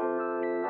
Um,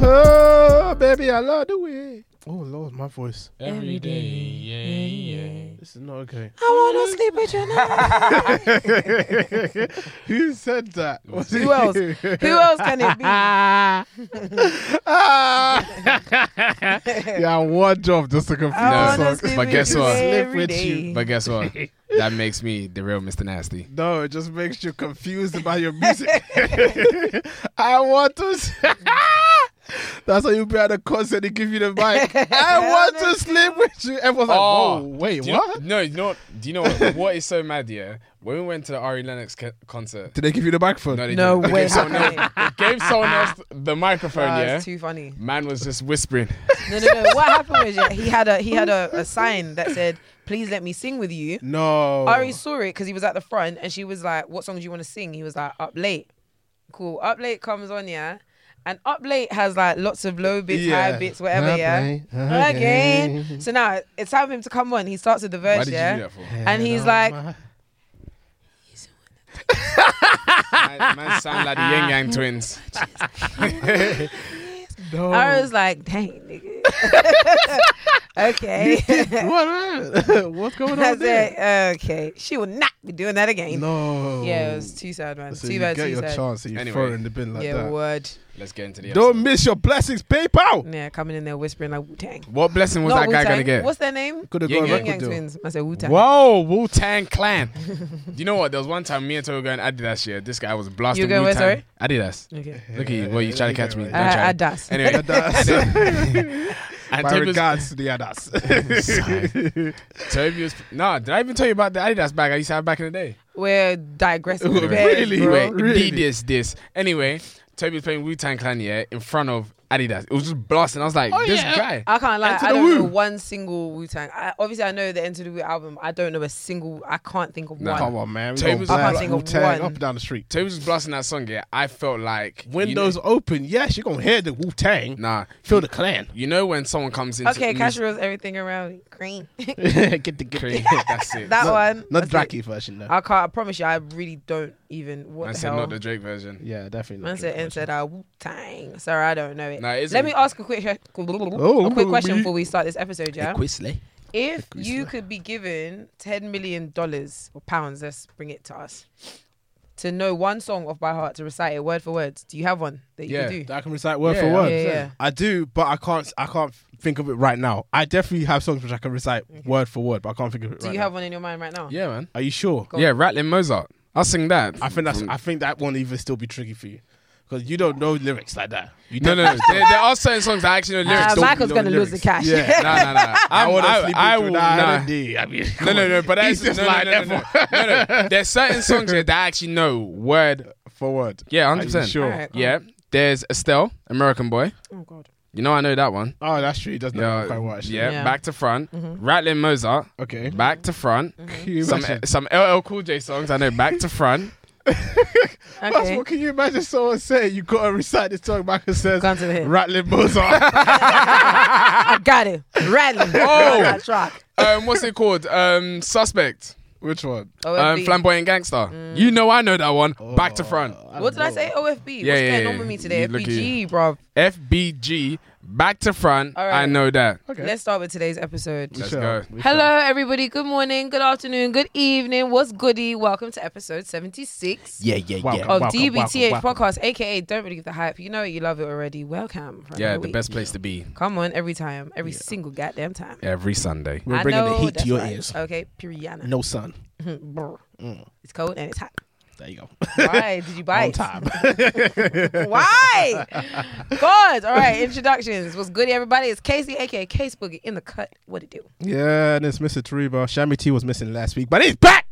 Oh, baby, I love the way. Oh Lord, my voice. Every day, yeah, yeah. This is not okay. I wanna sleep with you now. Who said that? Was it Who else? you? Who else can it be? Ah! yeah, one job just to confuse I the song. wanna sleep But with guess you what? every Sleep with you. day. But guess what? that makes me the real Mr. Nasty. No, it just makes you confused about your music. I want to. s- That's how you be at a concert. They give you the mic. I want to sleep with you. Everyone's like, "Whoa, wait, Oh, do you what?" Know, no, you know what? Do you know what, what is so mad? Yeah, when we went to the Ari Lennox co- concert, Did they give you the microphone? no, they No didn't. They way. gave someone else, they gave someone else the microphone. Ah, yeah, It's too funny. man was just whispering. No, no, no. What happened was yeah, he had a he had a, a sign that said, "Please let me sing with you." no. Ari saw it because he was at the front, and she was like, "What song do you want to sing?" He was like, "Up Late." Cool. Up Late comes on, yeah. And Up Late has like lots of low bits, Yeah. high bits, whatever, Up yeah. Late, Okay. okay. So now it's time for him to come on. He starts with the Why verse, did yeah. you do that for? And he's like, Man, man sound like the Yin Yang twins. no. I was like, dang, nigga. okay. what? What's going I on there? said, okay. She will not be doing that again. No. Yeah, it was too sad, man. so too you bad, get too your sad. chance and you Anyway. throw it in the bin like yeah, that. word. Let's get into the. Don't episode. miss your blessings, PayPal. Yeah, coming in there whispering like Wu Tang. What blessing was that guy gonna get? What's their name? Could have Yin gone Yang Yang record Yang deal. twins. I said Wu Tang. Whoa, Wu Tang Clan. Do you know what? There was one time me and Toby were going Adidas. Yeah, this guy was blasting You going Wu where, Tang. sorry? Adidas. Okay. Look at you. Well, you trying to catch me? Don't try. Uh, Adas. Anyway, and By Toby was- regards to the others. Sorry. Toby was no. Did I even tell you about the Adidas bag I used to have back in the day? We're digressing. Really? bad, Really? bro. Wait, Really? D this this. Anyway, Toby was playing Wu Tang Clan yeah in front of Adidas. It was just blasting. I was Oh, like, this guy. Oh, I can't lie. Enter I the don't Wu. know one single Wu Tang. I, obviously, I know the Enter the Wu album. I don't know a single. I can't think of No. one. Come on, man. We Tables got are black passing people of tearing one. up down the street. Toby was blasting that song yeah. I felt like you Windows know- open. Yes, you're gonna hear the Wu Tang. nah. Feel the clan. You know when someone comes into Okay, music- Cash rolls everything around me. green. Get the Cream, clan. That's it. that one. Not that's it. Ah. Draki version though. I can't. I promise you, I really don't even. What I the said hell? not the Drake version. Yeah, definitely. Man not said Draki and said, "Ah, Wu Tang." Sorry, I don't know it. Nah, Oh, it isn't. Let me ask a quick, a quick question before we start this episode, yeah. Quizley. If you could be given ten million dollars or pounds, let's bring it to us, to know one song off by heart to recite it word for word, do you have one that you Yeah, could do? version. I can recite word Yeah, for yeah, word. yeah, yeah. I do, but I can't. I can't think of it right now. I definitely have songs which I can recite word for word, but I can't think of it. do right you now. have one in your mind right now? Yeah, man. Are you sure? Go on. Yeah, Rattling Mozart. I'll sing that. Mm. I think that's. From- I think that won't even still be tricky for you, because you don't know lyrics like that. You no, don't- no, no. there, there are certain songs that I actually know lyrics. Uh, Don't- Michael's know gonna lose the lyrics. cash. Yeah. Nah, nah, nah. I I'm- want to sleep I with you will- night nah. and day. I mean, come No, no, on. no. But that's He's just no, no, like no, no, no, no, no. There's certain songs here that I actually know word. for word. Yeah, Are hundred you percent. Sure. Alright. Yeah. There's Estelle, American Boy. Oh God. You know I know that one. Oh, that's true. He does not know Yeah, quite what. actually. yeah, Yeah. Mm-hmm. Back to front. Rattling Mozart. Okay. Back to front. Can you Some imagine? some LL Cool J songs I know. Back to front. That's Okay. what can you imagine someone saying? You gotta recite this song. Michael says, Guns in the head. "Rattling Mozart." I got it. Rattling. Oh. that track. Um, what's it called? Um, Suspect. Which one? Um, OFB. flamboyant gangster. Mm. You know I know that one. Back Oh. to front. What did I say? Yeah, OFB. What's yeah, going yeah. on with me today? You look FBG, bruv. FBG. Back to front. All right. I know that. Okay. Let's start with today's episode. Let's Sure. go. We Hello, everybody. Good morning, good afternoon, good evening. What's goody? Welcome to episode 76 Yeah, yeah, Welcome. of welcome, DBTH welcome, welcome. Podcast, aka Don't Believe the Hype. You know it, you love it already. Welcome. for Yeah, another the week. best place to be Come on, every time, every single goddamn time. every Sunday. We're I bringing the know, heat to that's your right. ears. Okay, Piriana. Mm, No sun. Brr. It's cold and it's hot. There you go. Why did you buy On it? time. Why? God. All right, introductions. What's goody, everybody? It's Casey, aka Case Boogie, in the cut. What it do? yeah, and it's Mr. Tariba. Shammy T was missing last week, but he's back.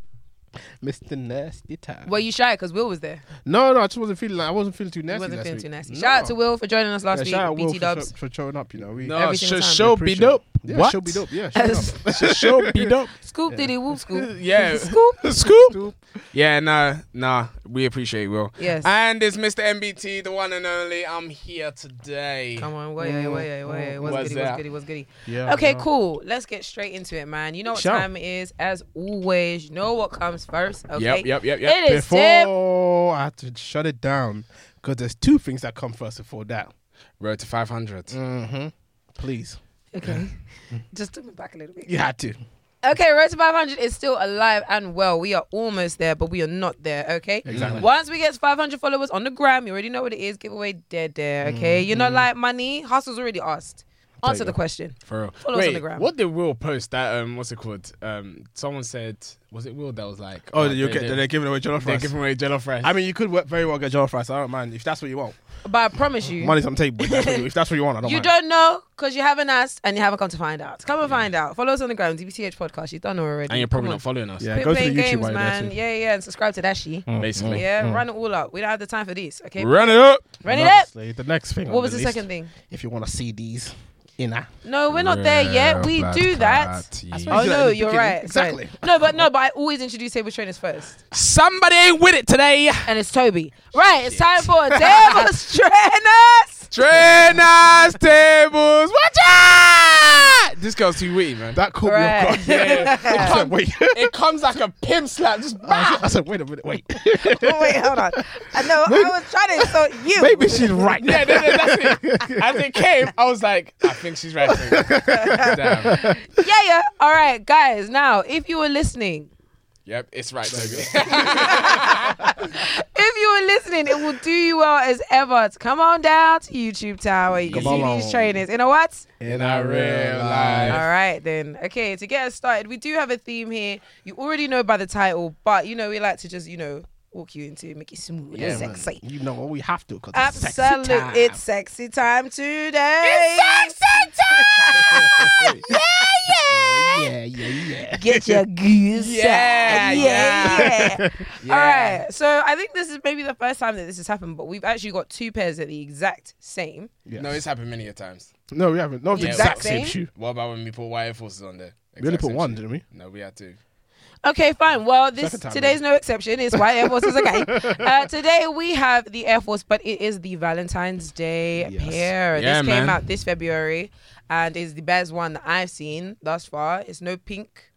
Mr. Nasty Time. Were you shy because Will was there? No, no, I just wasn't feeling. Like, I wasn't feeling too He nasty. wasn't last feeling week. too nasty. No. Shout out to Will for joining us Yeah, last shout out week. Will BT for, Dubs. for showing up. You know, we No, Every sh- single time. show we be appreciate dope. it. Yeah, what? show be dope. Yeah, show As- be show be dope. Scoop diddy whoop scoop. Yeah. Scoop. Scoop. dope. Yeah, nah, nah. We appreciate Will. Yes. And it's Mr. MBT, the one and only. I'm here today. Come on, way, way, way, way. What's What's goody, what's that? goody, what's goody. Yeah, okay, yeah. cool. Let's get straight into it, man. You know what Sure. time it is, as always. You know what comes first, okay? Yep, yep, yep, yep. It is tip. Before I had to shut it down, because there's two things that come first before that. Road to 500. Mm. Mm-hmm. Please. Okay. Just took me back a little bit. You had to. Okay, Road to 500 is still alive and well. We are almost there, but we are not there, okay? Exactly. Once we get 500 followers on the gram, you already know what it is. Giveaway dead there, okay? You're not like money. Hustle's already asked. Answer you the go. question. For real. Follow us on Wait, the gram. what did Will post that? Um, what's it called? Um, someone said, was it Will that was like, uh, Oh, you they- get, they- they're giving away jollof they're rice. giving away jello fries. I mean, you could work very well get jollof rice. I don't mind if that's what you want. But I promise you, Money's on the table. If that's what you, if that's what you want, I don't you mind. don't know because you haven't asked and you haven't come to find out. Come and find out. Follow us on the gram, DBTH Podcast. You've done already. and you're probably Come on. not following us. Yeah, Quit go to the playing YouTube games, while you're there man. too. Mm. Yeah, yeah, and subscribe to Dashi. Basically. Yeah, run it all up. We don't have the time for this, okay? Run it up. Run it And up. obviously, The next thing. What on was the list, second thing? If you want to see these, in a No, we're not there yet. We do that. Why Oh you do that no, in the you're beginning? right. Exactly. Sorry. No, but no, but I always introduce table trainers first, Somebody ain't with it today. and it's Toby. Right, it's time for tables trainers. Trainers, tables, watch out! This girl's too witty, man. That could be. Right. off guard. I said, wait. it comes like a pimp slap. Just bah! I said, wait a minute, wait. Oh, wait, hold on. I know I was trying to insult you. Maybe she's right. Yeah, no, no, that's it. As it came, I was like, I think she's right. Damn. Yeah, yeah. All right, guys. Now, if you were listening, Yep, it's right. Toby. if you were listening, it will do you well as ever. To come on down to YouTube Town where you can Come see on. these trainers. You know what? In our real life. All right, then. Okay, to get us started, we do have a theme here. You already know by the title, but you know, we like to just, you know, walk you into make it smooth Yeah, and man. sexy. You know what we have to because it's sexy time. Absolutely. It's sexy time today. It's sexy time! yeah, yeah, yeah. Get your goose. Yeah, yeah. out. yeah. Yeah. All right. So I think this is maybe the first time that this has happened, but we've actually got two pairs that are the exact same. Yes. No, it's happened many a times. no, we haven't. No, it's the Yeah, exact exact same same? shoe. What about when we put white Air forces on there? We only Exact put same one, shit. didn't we? No, we had two. Okay, fine. Well, this Second time, today's no exception. It's white Air Forces. Okay, uh, today we have the Air Force, but it is the Valentine's Day Yes. pair. Yeah, this man. came out this February, and is the best one that I've seen thus far. It's no pink,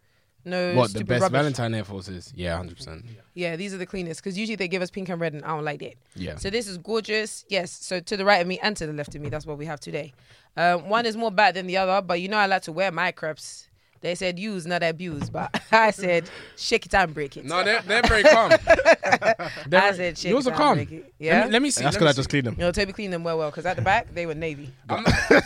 no What the stupid best rubbish. Valentine Air Forces? Yeah, hundred percent. Yeah, these are the cleanest because usually they give us pink and red, and I don't like that. Yeah. So this is gorgeous. Yes. So to the right of me and to the left of me, that's what we have today. Um, one is more bad than the other, but you know I like to wear my crepes. They said use, not abuse, but I said shake it and break it. No, they're, they're very calm. They're I very- said shit. Yours are down, calm. Ricky. Yeah. Let me, let me see. That's let me because I just see. cleaned them. you know, Toby cleaned them well, well, because at the back they were navy. I'm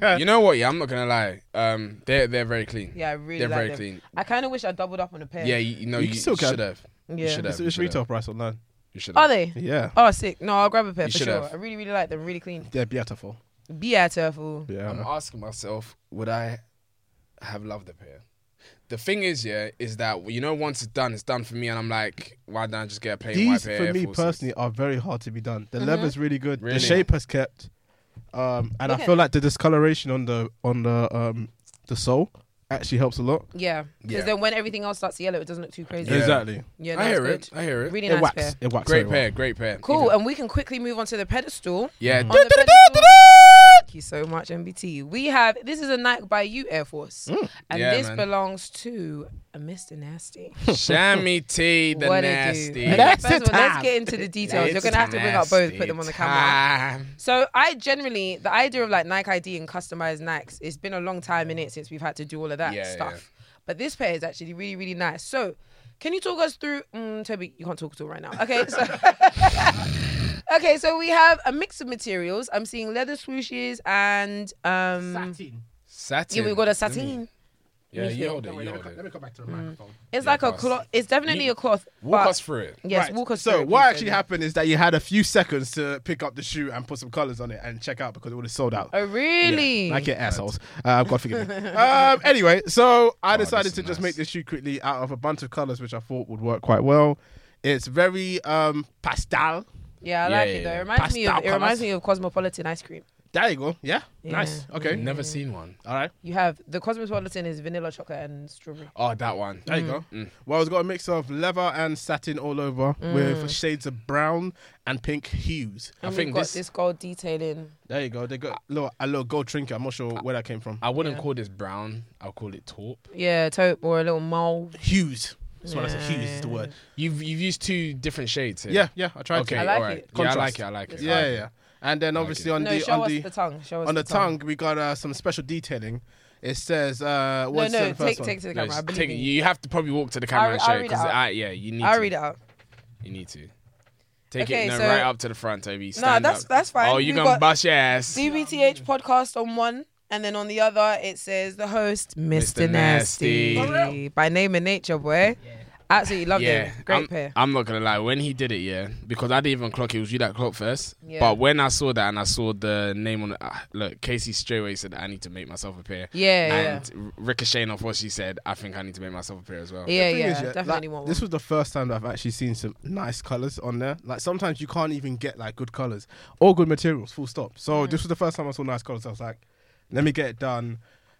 not- you know what? Yeah, I'm not gonna lie. Um, they're they're very clean. Yeah, I really They're like very them. clean. I kind of wish I doubled up on a pair. Yeah, you, you know You you, still can. should have. You Yeah. should have. It's, it's retail price online. You should Are have. they? Yeah. Oh, sick. No, I'll grab a pair You for should sure. have. I really, really like them. Really clean. They're beautiful. Be at fool. Yeah. I'm asking myself, would I have loved the pair? The thing is, yeah, is that you know once it's done, it's done for me, and I'm like, why don't I just get a plain white These pair? for Air me Forces? personally are very hard to be done. The leather's really good. Really? The shape has kept. Um, and I Okay. feel like the discoloration on the on the um the sole actually helps a lot. Yeah. Because Yeah. then when everything else starts to yellow, it doesn't look too crazy. Yeah. Exactly. Yeah, no, I it's hear good. it. I hear it. Really It nice pair. waxes. It waxes. Great very pair. Great pair. Cool. And we can quickly move on to the pedestal. Yeah. On the pedestal- Thank you so much, MBT. We have this is a Nike by you Air Force, and Mm. Yeah, this man. belongs to a Mr. Nasty. Shammy T, the what nasty. It do. That's First of the all, let's time. get into the details. You're It's gonna have to bring up both, put nasty them on the camera. time. So I generally the idea of like Nike ID and customized Nikes, it's been a long time in it since we've had to do all of that Yeah, stuff. But this pair is actually really, really nice. So can you talk us through mm, Toby, you can't talk at all right now. Okay, so Okay, so we have a mix of materials. I'm seeing leather swooshes and um Satin. yeah, we've got a Let me- satin. Yeah, you hold it. You hold Let it. me go back to the microphone. It's Yeah, like a pass. cloth. It's definitely a cloth. Walk but- us through it. Yes, Right, walk us So through. it, what please, actually Toby. happened is that you had a few seconds to pick up the shoe and put some colors on it and check out because it would have sold out. Oh really? Yeah, like your assholes. Uh, God forgive me. um, anyway, so I Oh, this decided is to just nice. make this shoe quickly out of a bunch of colors which I thought would work quite well. It's very um, pastel. yeah, Yeah, I like yeah, it though. yeah. It reminds me of Pastel it reminds colours. me of cosmopolitan ice cream. There you go. Yeah. Nice. Yeah. Okay. Never seen one. All right. You have the Cosmopolitan is vanilla chocolate and strawberry. Oh, that one. There you go. Mm. Well, it's got a mix of leather and satin all over Mm. with shades of brown and pink hues. I And we've think got this- this, gold detailing. There you go. They got a little, a little gold trinket. I'm not sure where that came from. I wouldn't Yeah. call this brown. I'll call it taupe. Yeah, taupe or a little mold. Hues. That's what I said. Yeah, Hues is the yeah. word. You've you've used two different shades here. Yeah, yeah. I tried Okay. to. I like all right. it. Yeah, I like Contrast. it. I like it. I Yeah, like yeah. it. yeah. And then obviously on No, the show on us the, the tongue. Show us on the the tongue, we got uh, some special detailing. It says uh, No, what's no, the first take one? take to the No, camera. I just believe take it. in You have to probably walk to the camera I'll- and I'll share read it because out. I, yeah, you need. you. I'll to. read it out. You need to. Take Okay, it no, so- right up to the front, Toby. Stand that's- up. that's fine. Oh, you We've gonna got- bust your ass, DBTH podcast on one, and then on the other it says the host, Mr. Mr. Nasty, Nasty. by name and nature, boy. Absolutely loved Yeah, him. Great I'm, pair. I'm not gonna lie. When he did it, yeah, because I didn't even clock it. It was you that clocked first. Yeah. But when I saw that and I saw the name on, the, uh, look, Casey straightaway said, "I need to make myself appear." Yeah, yeah. and yeah. ricocheting off what she said, I think I need to make myself appear as well. Yeah, Thing yeah, is, like, definitely want This one. was the first time that I've actually seen some nice colors on there. Like sometimes you can't even get like good colors or good materials, full stop. Mm-hmm. So this was the first time I saw nice colors. I was like, let me get it done.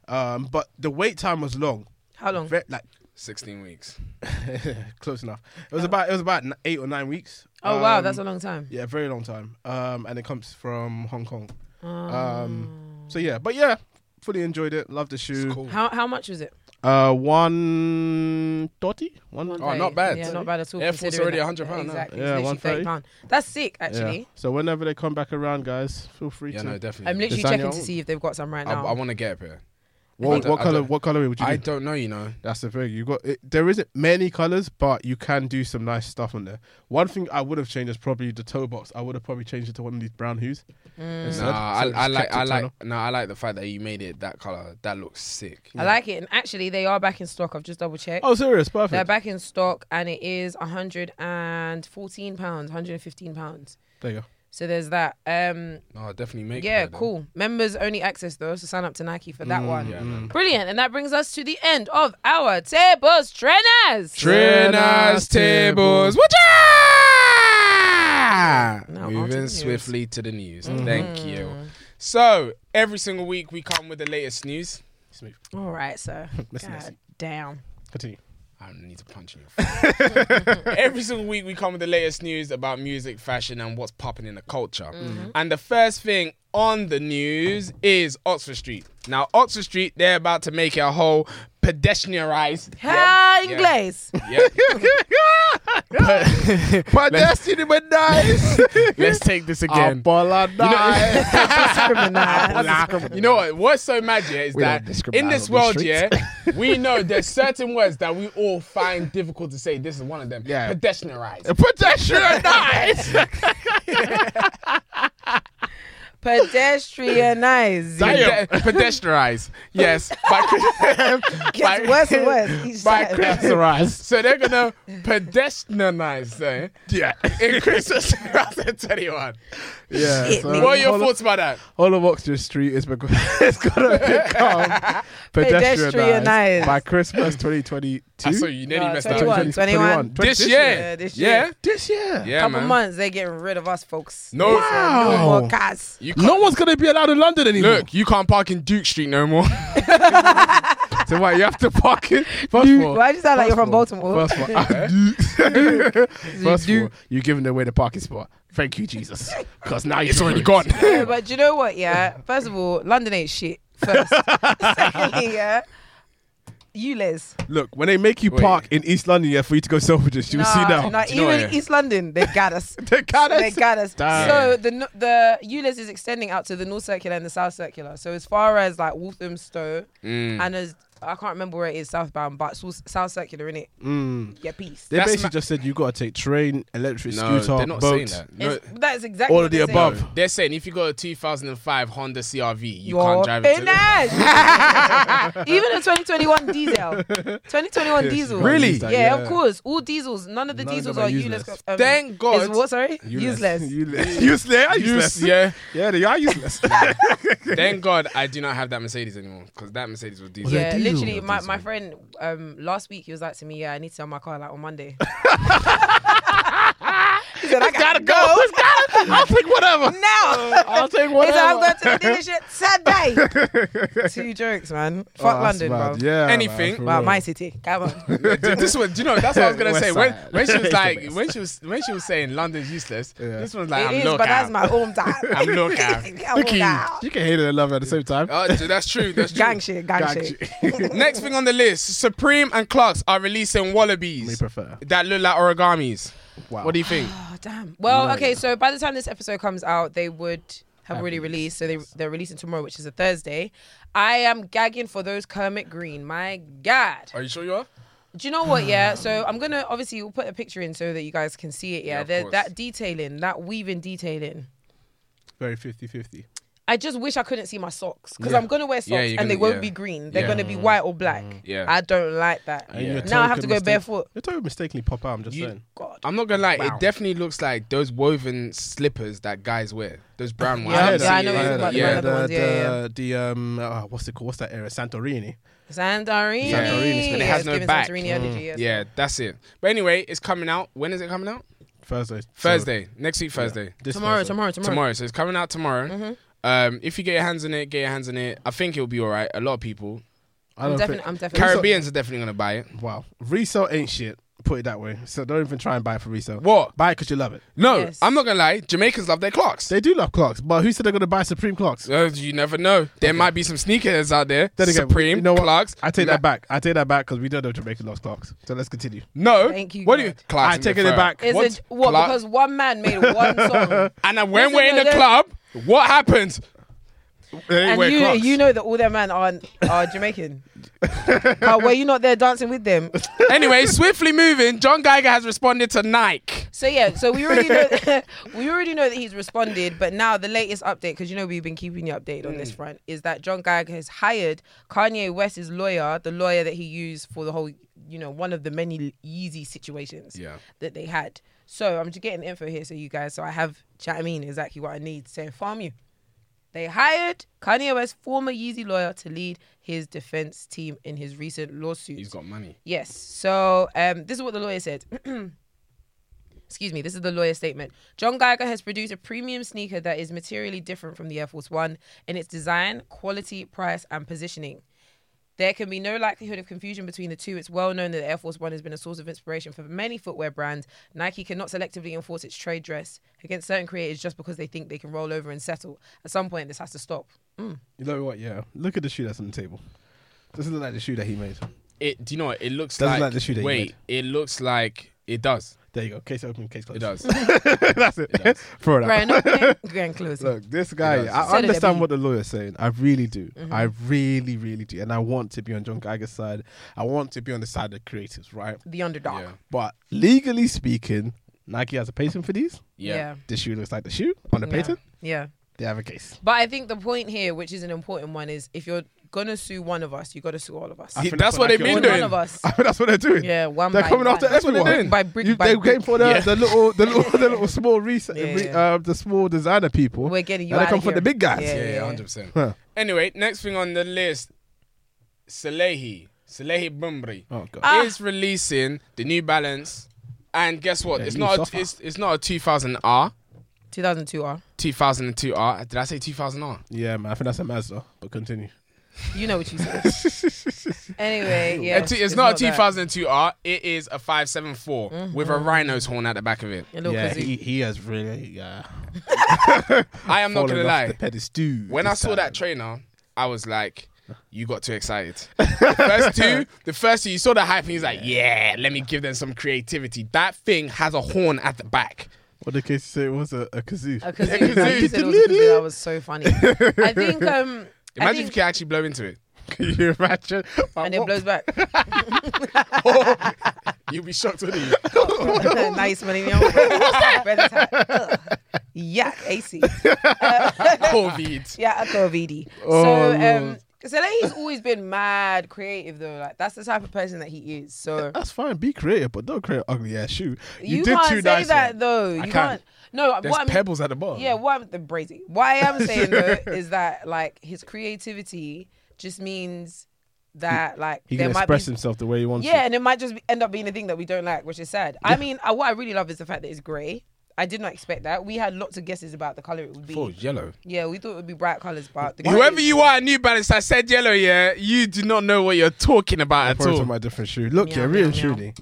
Um, but the wait time was long, How long? Ve- like Sixteen weeks. close enough. It was about it was about n- eight or nine weeks. Oh wow, Um, that's a long time. yeah, very long time. Um, and it comes from Hong Kong. Oh. Um, so yeah, but yeah, fully enjoyed it. Loved the shoe. cool. How how much was it? Uh, one thirty, one. One Oh, thirty. not bad. Yeah, not bad at all. Air Force considering already that- 100 pound now. Exactly. Yeah, it's literally 130. 30 pound. That's sick, actually. Yeah. So whenever they come back around, guys, feel free Yeah, to. no, definitely. I'm literally Lasagna checking to only. see if they've got some right I, now. I want to get a pair. I What, don't- what I color? don't- What color would you? I do? don't know, you know. That's the thing. You got it, there isn't many colors, but you can do some nice stuff on there. One thing I would have changed is probably the toe box. I would have probably changed it to one of these brown hues. Mm. instead. Nah, So I, just I like, kept it I like, tonal. no, I like the fact that you made it that color. That looks sick. I like it, and actually they are back in stock. I've just double checked. Oh, serious, They're perfect. back in stock, and it is 114 pounds, 115 pounds. there you go. So there's that. Um, No, definitely make. a yeah, pair then. cool. Members only access though, so sign up to Nike for that one. Mm, Yeah, Mm. man. Brilliant, and that brings us to the end of our tables trainers. Trainers tables. Watch out! Now, on to the Moving news. Mm-hmm. swiftly to the news. Thank you. So every single week we come with the latest news. Smooth. All right, so Listen, God listen. damn. Continue. I need to punch in your face. Every single week, we come with the latest news about music, fashion, and what's popping in the culture. And the first thing on the news is Oxford Street. Now, Oxford Street, they're about to make it a whole pedestrianized. Hi, yeah. Ingles. Yeah. But destiny, but nice. Let's take this again. Apollo nice. you know what? What's so mad yeah, is We that don't discriminate in this on world, these yeah, we know there's certain words that we all find difficult to say. This is one of them. Yeah. Pedestrianized. Pedestrianized. Pedestrianize. Pede- pedestrianized. Yes. By, by- Gets worse and worse each by time. Christmas. So they're gonna pedestrianize eh? yeah. in Christmas 2021. Yeah. Shit, so nigga. What are your all of- thoughts about that? All of Oxford Street is because it's gonna become pedestrianized Pedestrianised. by Christmas 2022. I saw you nearly No, messed twenty one. up. 2021. 21. This Yeah, year. this Yeah. year. This year. Yeah, Couple man. months, they're getting rid of us, folks. No. They said, no Wow. more cars. You can't, No one's gonna be allowed in London anymore. Look, you can't park in Duke Street no more. so why you have to park it? First of all, Why do you sound like you're from Baltimore? first of all, first of all, you're giving away the parking spot. Thank you, Jesus, because now it's already gone. Yeah, but do you know what? Yeah. First of all, London ain't shit. First. Secondly, yeah. You Les. Look, when they make you Wait. park in East London, yeah, for you to go Selfridges, you'll see now. Nah, Do you know even what, yeah? East London, they got us. They got They us. got us. Damn. So the no- the ULEZ is extending out to the North Circular and the South Circular. So as far as like Walthamstow Mm. and as I can't remember where it is southbound, but Sou- South Circular in it. Mm. Yeah, peace. They That's basically ma- just said you gotta take train, electric no, scooter, they're not boat. saying that. No, It's- that is exactly all what of the they're saying. above. they're saying if you got a 2005 Honda CRV, you You're can't drive it. to- finished. Even the 2021 diesel, 2021 diesel. Really? Yeah, Yeah. of course. All diesels. None of the None of diesels them are are useless. useless. um, Thank God. Is what? Sorry, useless. Useless. useless. They are useless. Use- yeah. Yeah, they are useless. Thank God I do not have that Mercedes anymore because that Mercedes was diesel. Was it yeah, diesel? literally, Yeah, my, my friend um, last week he was like to me, "Yeah, I need to sell my car like on Monday." he said, "I gotta go It's gotta- I'll take whatever. now." I'll take he said, "I'm whatever. going to the dealership today." Two jokes, man. Fuck Oh, that's London, bro. mad. Yeah. Anything. Man, Wow, for my city. Come on. Yeah, dude, this one, do you know, that's what I was gonna West say. When, side. when she was It's the like, best. when she was, when she was saying London's useless, Yeah. this one's like, It I'm is, lookout. but that's my hometown. I'm lookout. Come on now. real. You can hate it and love it at the same time. Oh, dude, that's true. That's true. Gang shit, gang, Gag shit. shit. Next thing on the list, Supreme and Clarks are releasing Me wallabies prefer. that look like origamis. Wow. What do you think? Oh damn. Well, okay, so by the time this episode comes out, they would have already released. So they they're releasing tomorrow, which is a Thursday. I am gagging for those Kermit Green. My God. Are you sure you are? Do you know what? Yeah. So I'm gonna obviously we'll put a picture in so that you guys can see it. Yeah, Yeah. of They're- course. that detailing, that weaving detailing. Very 50 50. I just wish I couldn't see my socks because Yeah. I'm gonna wear socks Yeah, you're and gonna- they won't yeah. be green. They're Yeah. Mm-hmm. gonna be white or black. Yeah. I don't like that. And your Now I have to go barefoot. Your toe mistakenly pop out, I'm just You- saying. God. I'm not gonna lie, Wow. it definitely looks like those woven slippers that guys wear. Those brown ones. Yeah, I've yeah, I seen know it. what you're yeah, yeah. about, the man- the, ones, yeah, the, the, um, uh, what's it called? What's that area? Santorini. Santorini. Santorini, Yeah. but it Yeah, has it's no giving back. Mm. Santorini energy, yes. Yeah, that's it. But anyway, it's coming out. When is it coming out? Thursday. So- Thursday. Next week, Thursday. This Tomorrow, Thursday. tomorrow, tomorrow. Tomorrow. So it's coming out tomorrow. Mm-hmm. Um, if you get your hands on it, get your hands on it. I think it'll be all right. A lot of people. I I'm don't definitely, think- I'm definitely. Caribbeans are definitely going to buy it. Wow. Resale ain't shit. Put it that way. So don't even try and buy it for resale. What? Buy it because you love it. No, Yes. I'm not going to lie. Jamaicans love their clocks. They do love clocks, but who said they're going to buy Supreme clocks? Uh, you never know. There might be some sneakers out there. Then again, Supreme, you know what? Clarks. I take that back. I take that back because we don't know Jamaican loves clocks. So let's continue. No. Thank you, What do you? God. Clarks I in take the it fur. back. Is What? it what? Clark- Because one man made one song, And then when Listen, we're in no, the no. club, what happens? They and wear you clocks. you know that all their men are are Jamaican. but were you not there dancing with them? anyway, swiftly moving, John Geiger has responded to Nike. So yeah, so we already know we already know that he's responded, but now the latest update, because you know we've been keeping you updated on this Mm. front, is that John Geiger has hired Kanye West's lawyer, the lawyer that he used for the whole, you know, one of the many Yeezy situations Yeah. that they had. So I'm just getting info here, so you guys, so I have, do you know what I mean, exactly what I need. So farm you. They hired Kanye West's former Yeezy lawyer to lead his defense team in his recent lawsuit. He's got money. Yes. So um, this is what the lawyer said. Excuse me, this is the lawyer statement. John Geiger has produced a premium sneaker that is materially different from the Air Force One in its design, quality, price, and positioning. There can be no likelihood of confusion between the two. It's well known that the Air Force One has been a source of inspiration for many footwear brands. Nike cannot selectively enforce its trade dress against certain creators just because they think they can roll over and settle. At some point, this has to stop. You know what? Yeah. Look at the shoe that's on the table. Doesn't look like the shoe that he made. It. Do you know what? It looks Doesn't like. like the shoe that you wait, it looks like it does. There you go. Case open, case closed. It does. that's it. Throw it out. Grand opening, grand closing. Look, this guy. does. I So did Mm-hmm. understand Embiid. what the lawyer's saying. I really do. I really, really do. And I want to be on John Geiger's side. I want to be on the side of creatives, right? The underdog. Yeah. But legally speaking, Nike has a patent for these. Yeah. The shoe looks like the shoe on the Yeah. patent. yeah. They have a case. But I think the point here, which is an important one, is if you're gonna sue one of us, you gotta sue all of us. I He- think that's what they've Nike been Or are doing. none of us. I mean, that's what they're doing. Yeah, one They're by coming one. after That's what they're everyone. doing. By brick, You- by they brick. came for the, Yeah. the little, the little, the little small research, Yeah, re- yeah. uh, the small designer people. We're getting you And they outta come for here. the big guys. Yeah. Yeah, yeah, hundred percent. Huh. Anyway, next thing on the list, Salehi, Salehi Bumri Oh Ah. god. is releasing the New Balance, and guess what? Yeah, it's new not. sofa. A, it's, it's not a 2000 R, 2002 R. 2002 R. Did I say 2000 R? Yeah, man. I think that's a Mazda. But continue. You know what you said. anyway, yeah. A t- it's, not, a that. 2002 R. It is a 574 with a rhino's horn at the back of it. A little kazoo. he has really. Yeah. I am not gonna lie. The pedestal. When I this saw time. that trainer, I was like, "You got too excited." The first two, the first two, you saw the hype, and he's like, "Yeah, let me give them some creativity." That thing has a horn at the back. what did Casey say? It was a, a kazoo. A kazoo. When E. you said it was a kazoo, that was so funny. I think. Um, I Imagine think- if you can actually blow into it. Can you imagine? Like, and it what- blows back. You'll be shocked, wouldn't you? nice money. Yuck, AC. COVID. Yeah, I thought VD. Oh, so, um, Lord. so like, he's always been mad creative though. Like that's the type of person that he is. So That's fine. Be creative, but don't create an ugly ass shoe. You, you, did can't two say nice that ones. though. I You can't. can't. No, There's what I'm, pebbles at the bottom. yeah, what I'm the brazy. What I am saying though is that like his creativity just means that like He there can might be express himself the way he wants to. yeah, and it might just be, end up being a thing that we don't like, which is sad. I mean, I, what I really love is the fact that it's grey. I did not expect that. We had lots of guesses about the color it would be. Oh, yellow. Yeah, we thought it would be bright colors, but the Whoever you are, New Balance, I said yellow. Yeah, you do not know what you're talking about at Probably all. to my different shoe. Look, Meow, yeah, really and meow, meow. truly.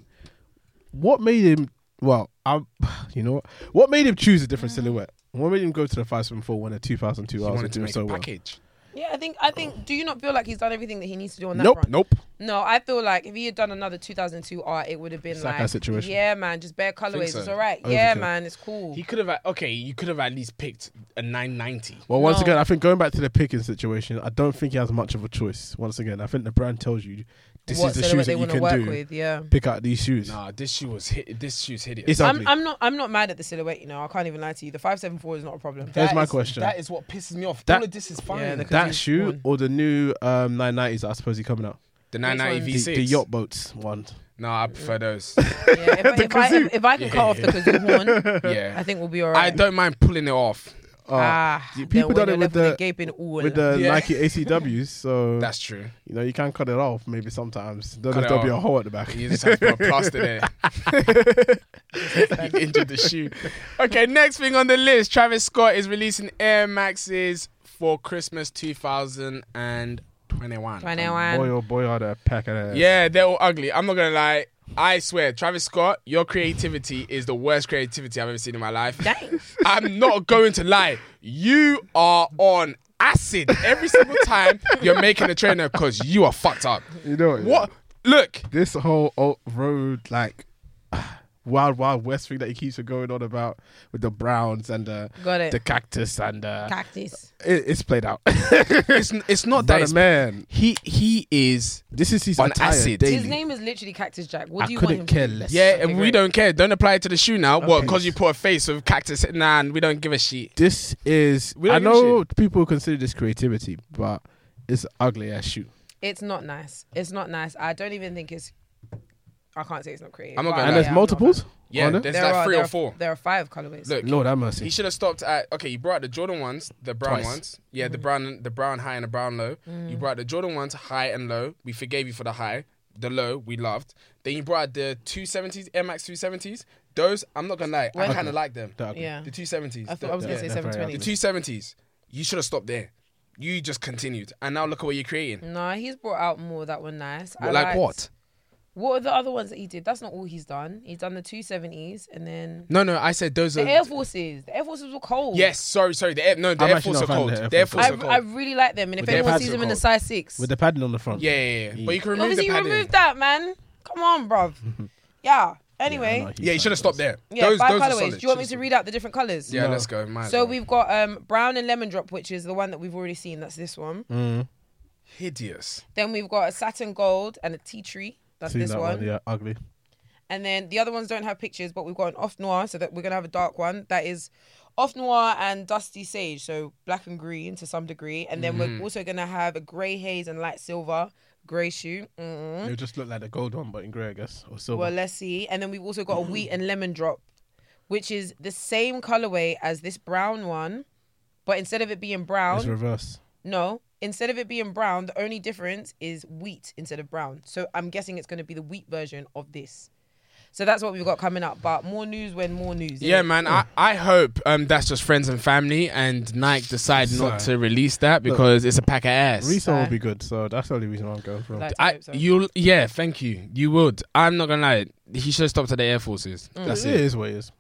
What made him? Well, I, you know, what? Mm. what made him choose a different silhouette? What made him go to the five seven four when a two thousand two He hours wanted was to doing make so a well? package. Yeah, I think I think. Do you not feel like he's done everything that he needs to do on that Nope, front? nope. No, I feel like if he had done another 2002 art, it would have been Saka like, situation. yeah, man, just bare colorways. so. It's all right. Yeah, Overkill. man, it's cool. He could have okay. You could have at least picked a 990. Well, once No. again, I think going back to the picking situation, I don't think he has much of a choice. Once again, I think the brand tells you this what is the shoes silhouette they that you wanna can work do. with? Yeah. Pick out these shoes. Nah, this shoe was hit. This shoe's hideous. It's ugly. I'm, I'm not. I'm not mad at the silhouette. You know, I can't even lie to you. The five seven four is not a problem. Here's That my is- question. That is what pisses me off. That- All of this is fine. Yeah, the- that he's shoe worn. or the new um, 990s that I suppose he coming out? the one? 990 The, V6. the yacht boats one. No, I prefer those. Yeah, if, I, if, I, if I can cut off the kazoo horn, yeah. I think we'll be all I right. don't mind pulling it off. Oh, ah, the people done it with the, gaping all. with the Yeah. Nike ACWs, so That's true. you know you can cut it off maybe sometimes. There'll, Cut it there'll be a off. hole at the back. You just have to put a plaster there. you injured the shoe. Okay, next thing on the list, Travis Scott is releasing Air Maxes for Christmas 2021. Right now, Boy, and oh boy, are they a pack of ass. Yeah, they're all ugly. I'm not gonna lie. I swear, Travis Scott, your creativity is the worst creativity I've ever seen in my life. dang. I'm not going to lie. You are on acid every single time you're making a trainer because you are fucked up. You know What? Look, this whole alt road like wild wild west thing that he keeps going on about with the Browns and the Got it. the cactus and uh, Cactus. it, it's played out. it's it's not Oh, that. but It's, man, he he is. this is his On attire acid. daily. His name is literally Cactus Jack. What I do you want couldn't him care to do? less. Yeah, and Okay, we great. don't care. Don't apply it to the shoe now. What? Okay. Because you put a face of cactus. Nah, and we don't give a shit. This is We don't I give a know people consider this creativity, but it's ugly ass shoe. It's not nice. It's not nice. I don't even think it's. I can't say it's not creative. I'm not but gonna And lie. there's yeah, I'm not multiples? mad. Yeah, Aren't there's There like are- three there or are- four. There are five colorways. Look, Lord have He mercy. should have stopped at okay. You brought the Jordan ones, the brown Twice. ones. Yeah, Mm. the brown, the brown high and the brown low. You brought the Jordan ones high and low. We forgave you for the high, the low we loved. Then you brought the two seventies Air Max two seventies. Those I'm not gonna lie, I When- kind of like them. They're ugly. yeah. The two seventies. I thought I was gonna Yeah, say they're very 720. The two seventies. You should have stopped there. You just continued, and now look at what you're creating. No, he's brought out more that were nice. Mm. I like liked- what? What are the other ones that he did? That's not all he's done. He's done the two seventies and then No, no. I said those the are. Air Forces. The Air Forces were cold. yes, sorry, sorry. The Air, no, the I'm Air actually Force not are a fan of cold. the Air The Air Force. Force I, are I cold. really like them. And if the anyone pads sees are them in a cold. size six, With the padding on the front. Yeah, yeah, yeah. But you can remove obviously the you padding. removed that, man. Come on, bruv. yeah. I know, Anyway, he's Yeah, you should have like- stopped there. yeah, those, five those Are colorways. solid. Do you want me to read out the different colors? Yeah, No. let's go. Might as So well. we've got um, brown and lemon drop, which is the one that we've already seen. That's this one. Mm. hideous. Then we've got a satin gold and a tea tree. That's Seen this that one. one. yeah, ugly. And then the other ones don't have pictures, but we've got an off noir, so that we're gonna have a dark one that is off noir and dusty sage, so black and green to some degree. And then we're also gonna have a grey haze and light silver grey shoe. Mm-mm. It just looked like the gold one, but in grey, I guess, or silver. Hmm? Well, let's see. And then we've also got a wheat and lemon drop, which is the same colorway as this brown one, but instead of it being it's brown, reverse. no. Instead of it being brown, the only difference is wheat instead of brown. So I'm guessing it's going to be the wheat version of this. So that's what we've got coming up. But more news when more news. Yeah, man. I, I hope um that's just friends and family, and Nike decide not Sorry. to release that because it's a pack of ass. Resale will Sorry. be good, so that's the only reason I'm going for. it. Like- I Hope so. you yeah, thank you. You would. I'm not gonna lie. He should have stopped at the Air Forces. Mm. That's it it. is what it is.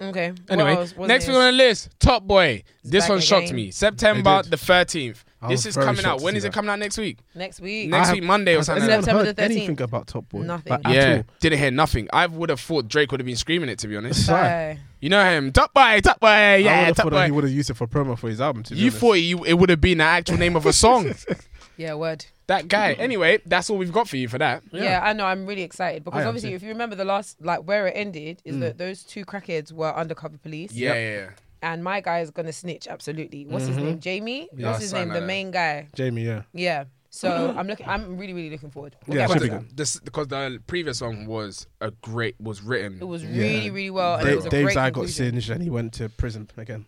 Okay. Anyway, next thing on the list, Top Boy. This back one in the shocked game. me. September It did. the 13th. I This was is very coming shocked out. to When see is it that. coming out next week? next week. Next I week, Monday or Has something. anyone like September heard the 13th. anything about Top Boy? Nothing. Like, that. at Yeah, all. didn't hear nothing. I would have thought Drake would have been screaming it to be honest. Bye. You know him, Top Boy, Top Boy, I would yeah, have Top thought that he Boy. would have used it for promo for his album. To be You honest. thought you, it would have been the actual name of a song. Yeah, word. that guy. Anyway, that's all we've got for you for that. Yeah. I know. I'm really excited because I am obviously, too. if you remember the last, like where it ended, is that those two crackheads were undercover police. Mm. Yeah, yeah, yeah. And my guy is gonna snitch. Absolutely. What's his name? Jamie. Yeah, What's his something name? like the that. main guy. Jamie, yeah, Yeah. So I'm looking. I'm really, really looking forward. We'll Yeah, get it back should to be that. good. This because the previous song was a great was written. It was really, really well. And it was Dave, a Dave's great eye got conclusion. singed and he went to prison again.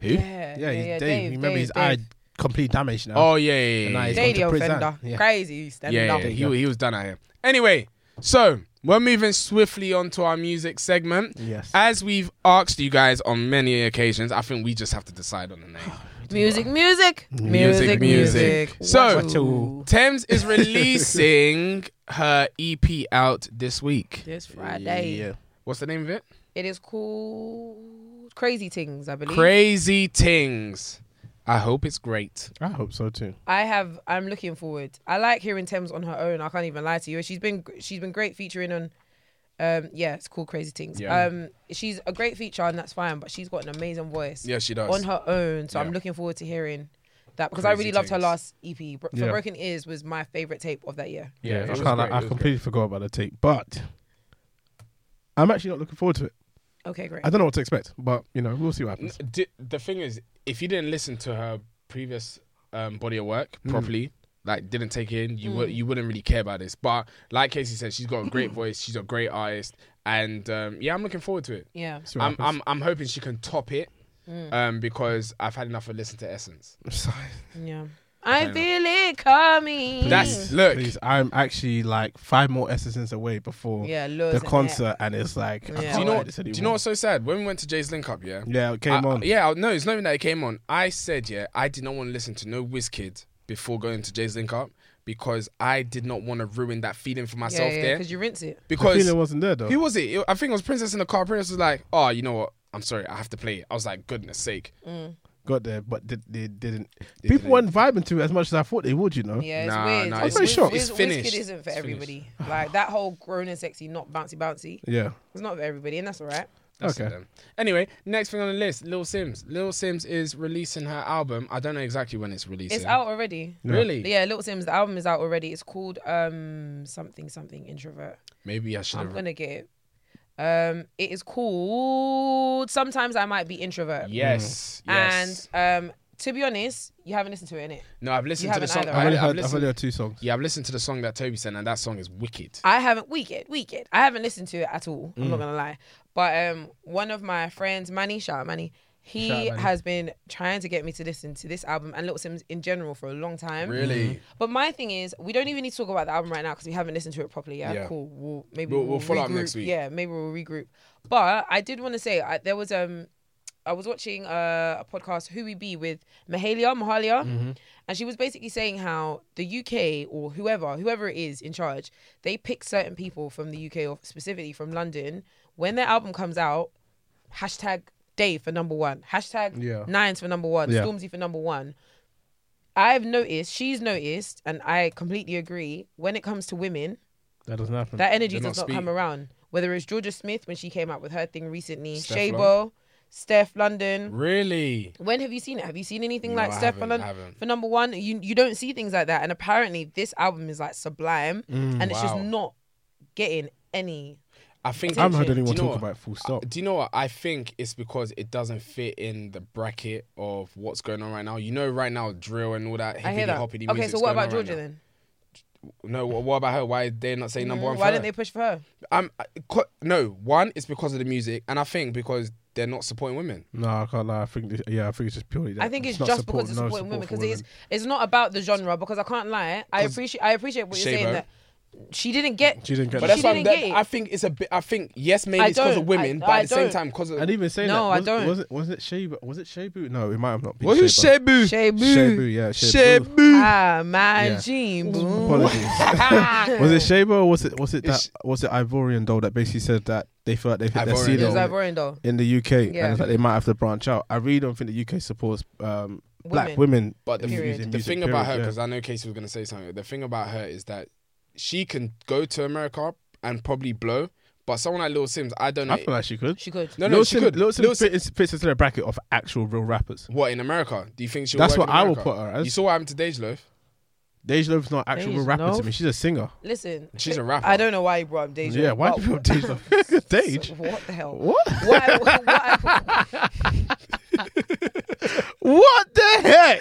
Who? Uh, Yeah, Yeah, he's yeah, Dave. You Remember his eye complete damage now. Oh yeah, yeah, And yeah. now Yeah, he's Dave gone the to prison. offender. Yeah. Crazy. Stand yeah, yeah, up. He, he was done out here. Anyway, so we're moving swiftly on to our music segment. Yes. As we've asked you guys on many occasions, I think we just have to decide on the name. Music, music, Music, music. So- Wahoo. Thames is releasing her EP out this week. this Ah, Friday. Yeah. What's the name of it? It is called Crazy Things, I believe. Crazy Things. I hope it's great. I hope so too. I have. I'm looking forward. I like hearing Thames on her own. I can't even lie to you. She's been she's been great featuring on. Um, yeah, it's called Crazy Things. Yeah. Um, she's a great feature and that's fine, but she's got an amazing voice Yeah, she does. on her own. So I'm Yeah. looking forward to hearing that because I Crazy really loved her Things. last EP. Bro- For Yeah. Broken Ears was my favorite tape of that year. I, yeah, it was kinda- great, I it was great. completely forgot about the tape, but I'm actually not looking forward to it. Okay, great. I don't know what to expect, but you know we'll see what happens. N- di- the thing is, if you didn't listen to her previous um, body of work Hmm. properly, like didn't take it in, you would you wouldn't really care about this. But like Casey said, she's got a great voice. She's a great artist, and um, yeah, I'm looking forward to it. yeah. See what I'm, happens. I'm I'm hoping she can top it, Hmm. um, because I've had enough of listen to Essence. Yeah. I feel it coming. That's look. Please, I'm actually like five more essences away before Yeah, loads the in there. concert, and it's like I Do you can't Do you know do what? this Do anymore. you know what's so sad? When we went to Jay's link up, yeah, Yeah, it came I- on. Yeah, I- no, it's not even that it came on. I said, yeah, I did not want to listen to no Wizkid before going to Jay's Link Up because I did not want to ruin that feeling for yeah, myself yeah, there. because you rinse it. The Because feeling wasn't there though. who was it? It- I think it was Princess in the Car. Princess was like, oh, you know what? I'm sorry, I have to play it. I was like, goodness sake. Got there, but they, they didn't. They People weren't didn't. vibing to it as much as I thought they would. You know. Yeah, it's Nah, weird. nah, it's- Wiz- I'm pretty sure. Wiz- it's finished. Wizkid isn't for It's everybody. Like that whole grown and sexy, not bouncy bouncy. Yeah. It's not for everybody, and that's all right. That's it Okay. then. Anyway, next thing on the list, Lil Sims. Lil Sims is releasing her album. I don't know exactly when it's releasing. It's out already. Really? Yeah, Little Sims, the album is out already. It's called um something something introvert. Maybe I should I'm have. gonna get it. Um, it is called Sometimes I Might Be Introvert. Yes. Mm. Yes. And um, to be honest, you haven't listened to it, innit? no, I've listened You to the haven't song. either, I've right? I, only have heard, I've only listened, heard two songs. yeah, I've listened to the song that Toby sent, and that song is wicked. I haven't wicked, wicked. I haven't listened to it at all. I'm not Mm. gonna lie. But um one of my friends, Manny, shout out Manny, he Shout out Manny. has been trying to get me to listen to this album and Little Sims in general for a long time. Really? Mhm. But my thing is, we don't even need to talk about the album right now because we haven't listened to it properly. Yeah, Yeah. cool. We'll maybe We'll- we'll, we'll follow up next regroup. week. Yeah, maybe we'll regroup. But I did want to say I, there was um I was watching uh, a podcast, Who We Be, with Mahalia, Mahalia, Mm-hmm. and she was basically saying how the UK or whoever, whoever it is in charge, they pick certain people from the UK or specifically from London when their album comes out. Hashtag Dave for number one. Hashtag Yeah. Nines for number one. Yeah. Stormzy for number one. I've noticed, she's noticed, and I completely agree. When it comes to women, That doesn't happen. that energy They're not does not speaking. come around. Whether it's Georgia Smith when she came out with her thing recently, Steph Shabo, Steph London. Really? When have you seen it? Have you seen Mm-hmm. anything No, like I Steph haven't, I London? haven't. For number one, you you don't see things like that. And apparently, this album is like sublime, Mm. and it's just Mm, Wow. not getting any. I think I haven't heard Do you anyone know talk what? about it full stop. Do you know what? I think it's because it doesn't fit in the bracket of what's going on right now. You know, right now, drill and all that I hear hippity that. hoppity Okay, so what about Georgia Georgia then? then? No, what, what about her? Why they not saying number one? Mm, Why for didn't her? they push for her? Um, I- co- no, one it's because of the music, and I think because they're not supporting women. No, I can't lie. I think this, yeah, I think it's just purely that. I think it's, not just support- because it's no supporting women support because for it's it's not about the genre because I can't lie. I 'Cause appreciate I appreciate what you're Shabo. saying that she didn't get. She didn't get that. But that's she why didn't that- get it. I think it's a bit. I think yes, maybe I it's because of don't. women, I- but I at the same don't. time, because of I didn't even say that. No, I Was- don't. Was it? Was it Shabu? Was it Shabu? No, it might have not been. what is Shabu? Shebu? Shabu. Shabu, yeah, Shabu. Shebu. Ah, my Yeah. Jean, Ah. boo. Apologies. was it Shabu or was it was it It's- that was it Ivorian doll that basically said that they felt like they hit their Ivorian ceiling It was doll. Ivorian though. in the UK and Yeah. it's like they might have to branch out. I really don't think the UK supports um, black women. But the, in- Period. in the music, thing about her, period, because I know Casey was going to say something. The thing about her is that she can go to America and probably blow, but someone like Lil Sims, I don't yeah. know. I feel like she could. She could. no, no, Lil she Sim- could. Lil Sim Lil Sim- fits, fits into the bracket of actual real rappers. What in America? Do you think she'll? That's work what in I will America? put her as. You saw what happened to Dej Loaf. Dej Loaf's not an actual Dej real rapper to Loaf? me. She's a singer. Listen, She's a rapper. I don't know why you brought up Deja. Yeah, why What- do you put Dej Loaf? Dej? What the hell? What? Why, why, What the heck?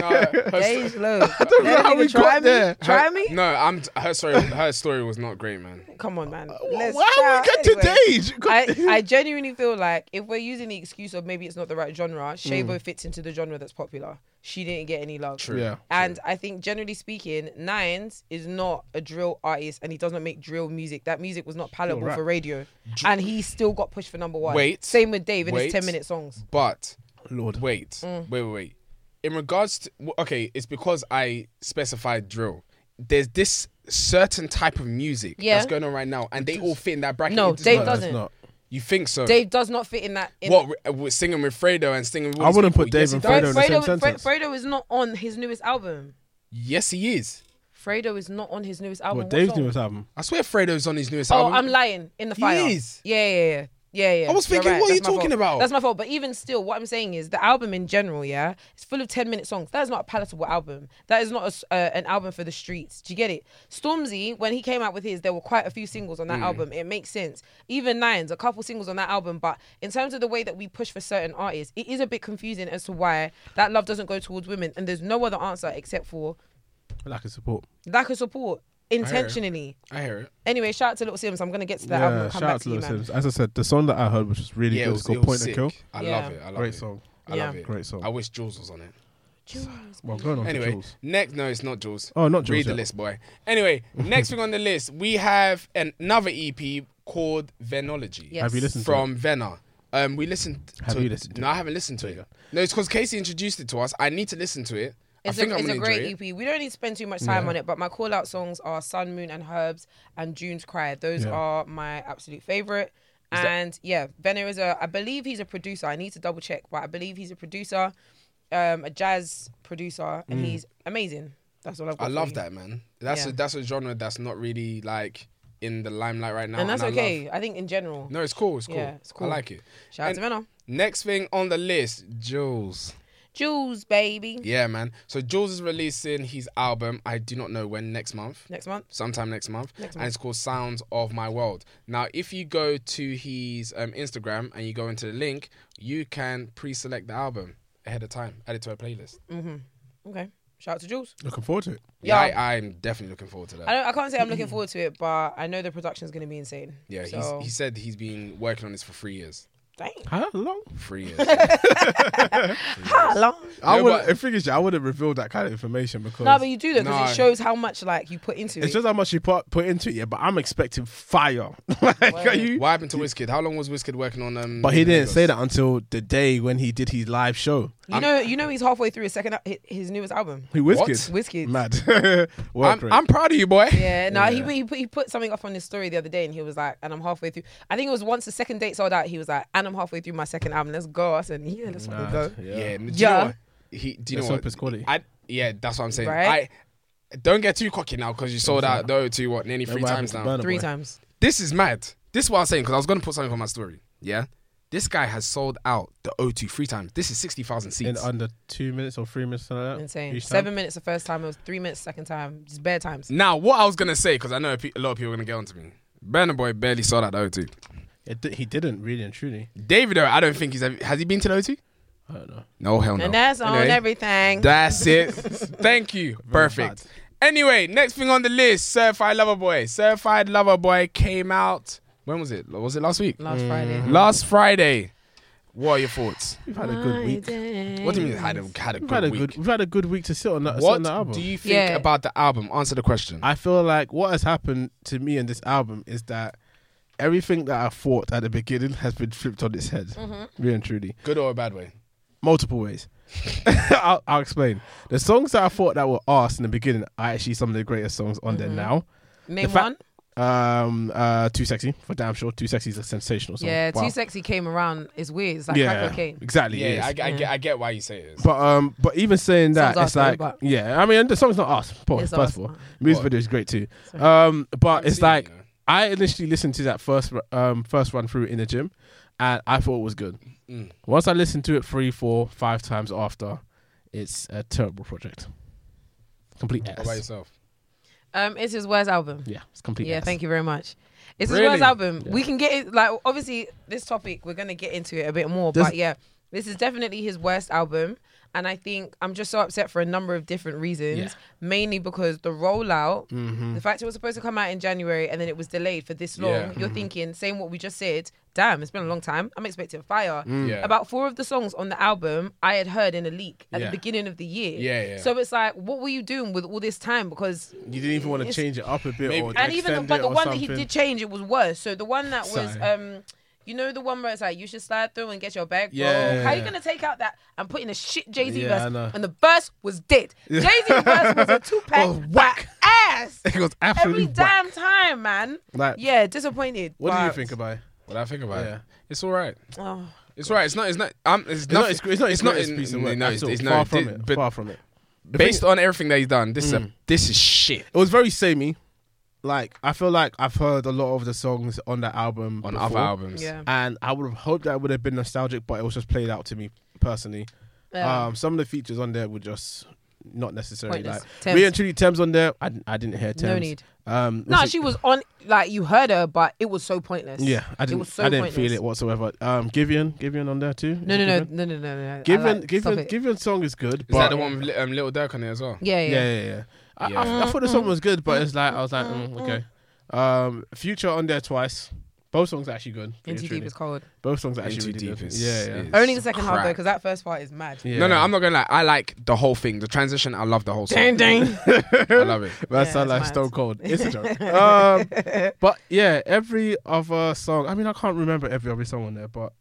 No, her sto- Dej Loaf. I don't know how we try got me. there. Try her- me. No, I'm. Her story. Her story was not great, man. Come on, man. Why Let's how we try- get anyway. to Dej? I, I genuinely feel like if we're using the excuse of maybe it's not the right genre, Shabo Mm. fits into the genre that's popular. She didn't get any love. True. Yeah. And I think generally speaking, Nines is not a drill artist and he does not make drill music. That music was not palatable rap. for radio. and he still got pushed for number one. Wait. Same with Dave in Wait. his 10 minute songs. But Lord. wait, Mm. wait, wait, wait. In regards to w- okay, it's because I specified drill. There's this certain type of music Yeah. that's going on right now, and they all fit in that bracket. No, It does Dave not- No, it's doesn't. not. You think so? Dave does not fit in that. In what re- uh, with singing with Fredo and singing? with I wouldn't people? put Dave yes, he and does. Fredo in the same Fredo, Fre- sentence. Fredo is not on his newest album. Yes, he is. Fredo is not on his newest album. What What Dave's song? newest album? I swear Fredo's on his newest Oh, album. I'm lying. In the He fire. is. Yeah, yeah, yeah. Yeah, yeah. I was You're thinking, what are That's you my talking fault. about? That's my fault. But even still, what I'm saying is the album in general, yeah, it's full of 10 minute songs. That is not a palatable album. That is not a s uh, an album for the streets. Do you get it? Stormzy, when he came out with his, there were quite a few singles on that Mm. album. It makes sense. Even Nines, a couple singles on that album. But in terms of the way that we push for certain artists, it is a bit confusing as to why that love doesn't go towards women. And there's no other answer except for Lack of support. lack of support intentionally. I hear it. Anyway, shout out to Little Sims. I'm gonna get to that album. yeah, and come shout back out to to you, Little man. Sims. As I said, the song that I heard, which was really Yeah, good, it was was, called it was Point and sick. Kill. I Yeah. love it. I love Great it. song. I Yeah. love it. Great song. I wish Jules was on it. Well, going on Anyway, to Jules. next. No, it's not Jules. Oh, not Jules, Read the yeah. list, boy. Anyway, next thing on the list, we have an- another EP called Venology Yes. Have you listened to it? from Venna. Um, we listened. Have to you listened to No, I haven't listened to it. No, it's because Casey introduced it to us. I need to listen to it. It's, I think a, i I'm it's gonna a great E enjoy it. EP. We don't need to spend too much time on it, but my call out songs are Sun, Moon, and Herbs and June's Cry. Those Yeah. are my absolute favorite. that- And yeah, Benno is a, I believe he's a producer. I need to double check, but I believe he's a producer, um, a jazz producer, and he's amazing. That's all I've got. Mm. I for love you. that, man. That's Yeah. a, that's a genre that's not really like in the limelight right now. And that's I love- okay. I, think in general. no, it's cool. It's cool. Yeah, it's cool. I like it. Shout out And to Benno. Next thing on the list, Jules. Jules, baby. Yeah, man. So Jules is releasing his album. I do not know when next month. Next month. Sometime next month, Next and it's called Sounds of My World. Now, if you go to his um, Instagram and you go into the link, you can pre-select the album ahead of time, add it to a playlist. Mm. Okay. Shout out to Jules. Looking forward to it. Yeah, Yeah. I, I'm definitely looking forward to that. I, don't, I can't say I'm looking forward to it, but I know the production's going to be insane. yeah, so, he's, he said he's been working on this for three years. dang. How long? Three years. How long? I No, would. but- If figures, I wouldn't reveal that kind of information because No, but you do though because No. it shows how much like you put into it's it. just how much you put put into it. Yeah, but I'm expecting fire. like, are you? what happened to Wizkid? How long was Wizkid working on um? But he didn't Lagos? say that until the day when he did his live show. You know, you know, he's halfway through his second his- his newest album. He Wizkid. Wizkid. Mad. Work I'm, rate. I'm proud of you, boy. Yeah, no, he he put, he put something up on his story the other day, and he was like, "And I'm halfway through." I think it was once the second date sold out. He was like, "And I'm halfway through my second album. Let's go." I said, "Yeah, let's fucking go." Yeah. yeah. Do you Yeah. know what? He, do you Let's know hope what? it's quality. I, yeah, that's what I'm saying. Right? I don't get too cocky now because you sold out though to what nearly three Remember what happened times to now. Burna Three Boy? times. This is mad. This is what I was saying because I was going to put something on my story. Yeah, this guy has sold out the O2 three times. This is sixty thousand in seats. under two minutes or three minutes. Something like that, Insane. each time. Seven minutes the first time. It was three minutes second time. Just bare times. now, what I was going to say because I know a pe- a lot of people are going to get onto me. Burner Boy barely sold out the O2. It di- he didn't really and truly. David, I don't think he's ever, has he been to the O2? I don't know. No, hell no. And that's on Anyway. everything. That's it. Thank you. Perfect. Anyway, next thing on the list, Certified Lover Boy. Certified Lover Boy came out. When was it? Was it last week? Last Friday. Last Friday. What are your thoughts? We've had a good week. Friday. What do you mean had a, had a We've good Mm. had a week? good. We've had a good week to sit on that. sit on that what album. do you think Yeah. about the album? Answer the question. I feel like what has happened to me in this album is that everything that I thought at the beginning has been flipped on its head, Mm. Mm-hmm. really and truly, good or a bad way? multiple ways. I'll, I'll explain. The songs that I thought that were asked in the beginning are actually some of the greatest songs on Mm-hmm. there now. Name The fact- one. Um, uh, too sexy for damn sure. Too sexy is a sensational song. Yeah, Wow. Too Sexy came around. It's weird. It's like Yeah, crack cocaine. exactly. Yeah, it is. I, I get, I get why you say it. But um, but even saying that, Song's it's us, though, like but- yeah. I mean, the song's not us. Pause, It's first us. of all, music What? video is great too. Um, but I've it's seen it, like you know. I initially listened to that first ru- um first run through in the gym, and I thought it was good. Mm. Once I listened to it three, four, five times after, it's a terrible project. Complete What about ass. yourself? Um, it's his worst album. Yeah, it's complete. Yeah, ass. thank you very much. It's Really? his worst album. We can get it like obviously this topic we're gonna get into it a bit more, Does- but yeah, this is definitely his worst album, and I think I'm just so upset for a number of different reasons. Yeah. Mainly because the rollout, the fact it was supposed to come out in January and then it was delayed for this long. Mm-hmm. Yeah. Mm-hmm. You're thinking, saying what we just said, damn, it's been a long time. I'm expecting fire. Mm. Yeah. About four of the songs on the album I had heard in a leak at Yeah. the beginning of the year. Yeah, yeah. So it's like, what were you doing with all this time? Because You didn't even want to It's- change it up a bit, Maybe- or And and even the, extend but it the or one that he something. did change it was worse. So the one that was Sorry. um, you know the one where it's like you should slide through and get your bag, bro. Yeah. How you gonna take out that and put in a shit Jay Z Yeah, I know. verse? And the verse was dead. Jay Z verse was a two pack Oh, whack. ass It was every absolutely whack. damn time, man. Like- yeah, disappointed. What do you but think about it? What I think about it, it's all right. Oh. It's all right. It's not. It's not. Um, it's, not nothing- his- it's not his his greatest piece of no, work No, at it's, all. it's Far not. from di- it. But Far from it. The thing based on everything that he's done, this is a, this is shit. it was very samey. Like I feel like I've heard a lot of the songs on that album On before, other albums, Yeah. and I would have hoped that would have been nostalgic, but it was just played out to me personally. Yeah. Um, some of the features on there were just not necessary. Pointless. Like Thames. we and truly Thames on there, I, I didn't hear Thames. No need. Um, No, was it- she was on. Like you heard her, but it was so pointless. Yeah, I It didn't. was so I didn't feel pointless. it whatsoever. Um, Givian, Givian on there too. No, no, no, no, no, no, no, no. I Givian, like- stop Givian, it. Givian's song is good. Is but that the one with Li- um, Little Dirk on it as well? Yeah, yeah. Yeah, yeah, yeah. I, I, Yeah. I thought the song was good, but it's like I was like, mm, okay. Um, Future on there twice. Both songs are actually good. In too Really, deep is cold. Both songs are actually Into really Deep good. is- yeah, yeah. is- Only the second half though, crap. because that first part is mad. yeah. No, no, I'm not gonna lie. I like the whole thing. The transition, I love the whole song. Dang, dang. I love it. That Yeah, sound it's like mad. Stone Cold. It's a joke. um, but yeah, every other song. I mean, I can't remember every other song on there, but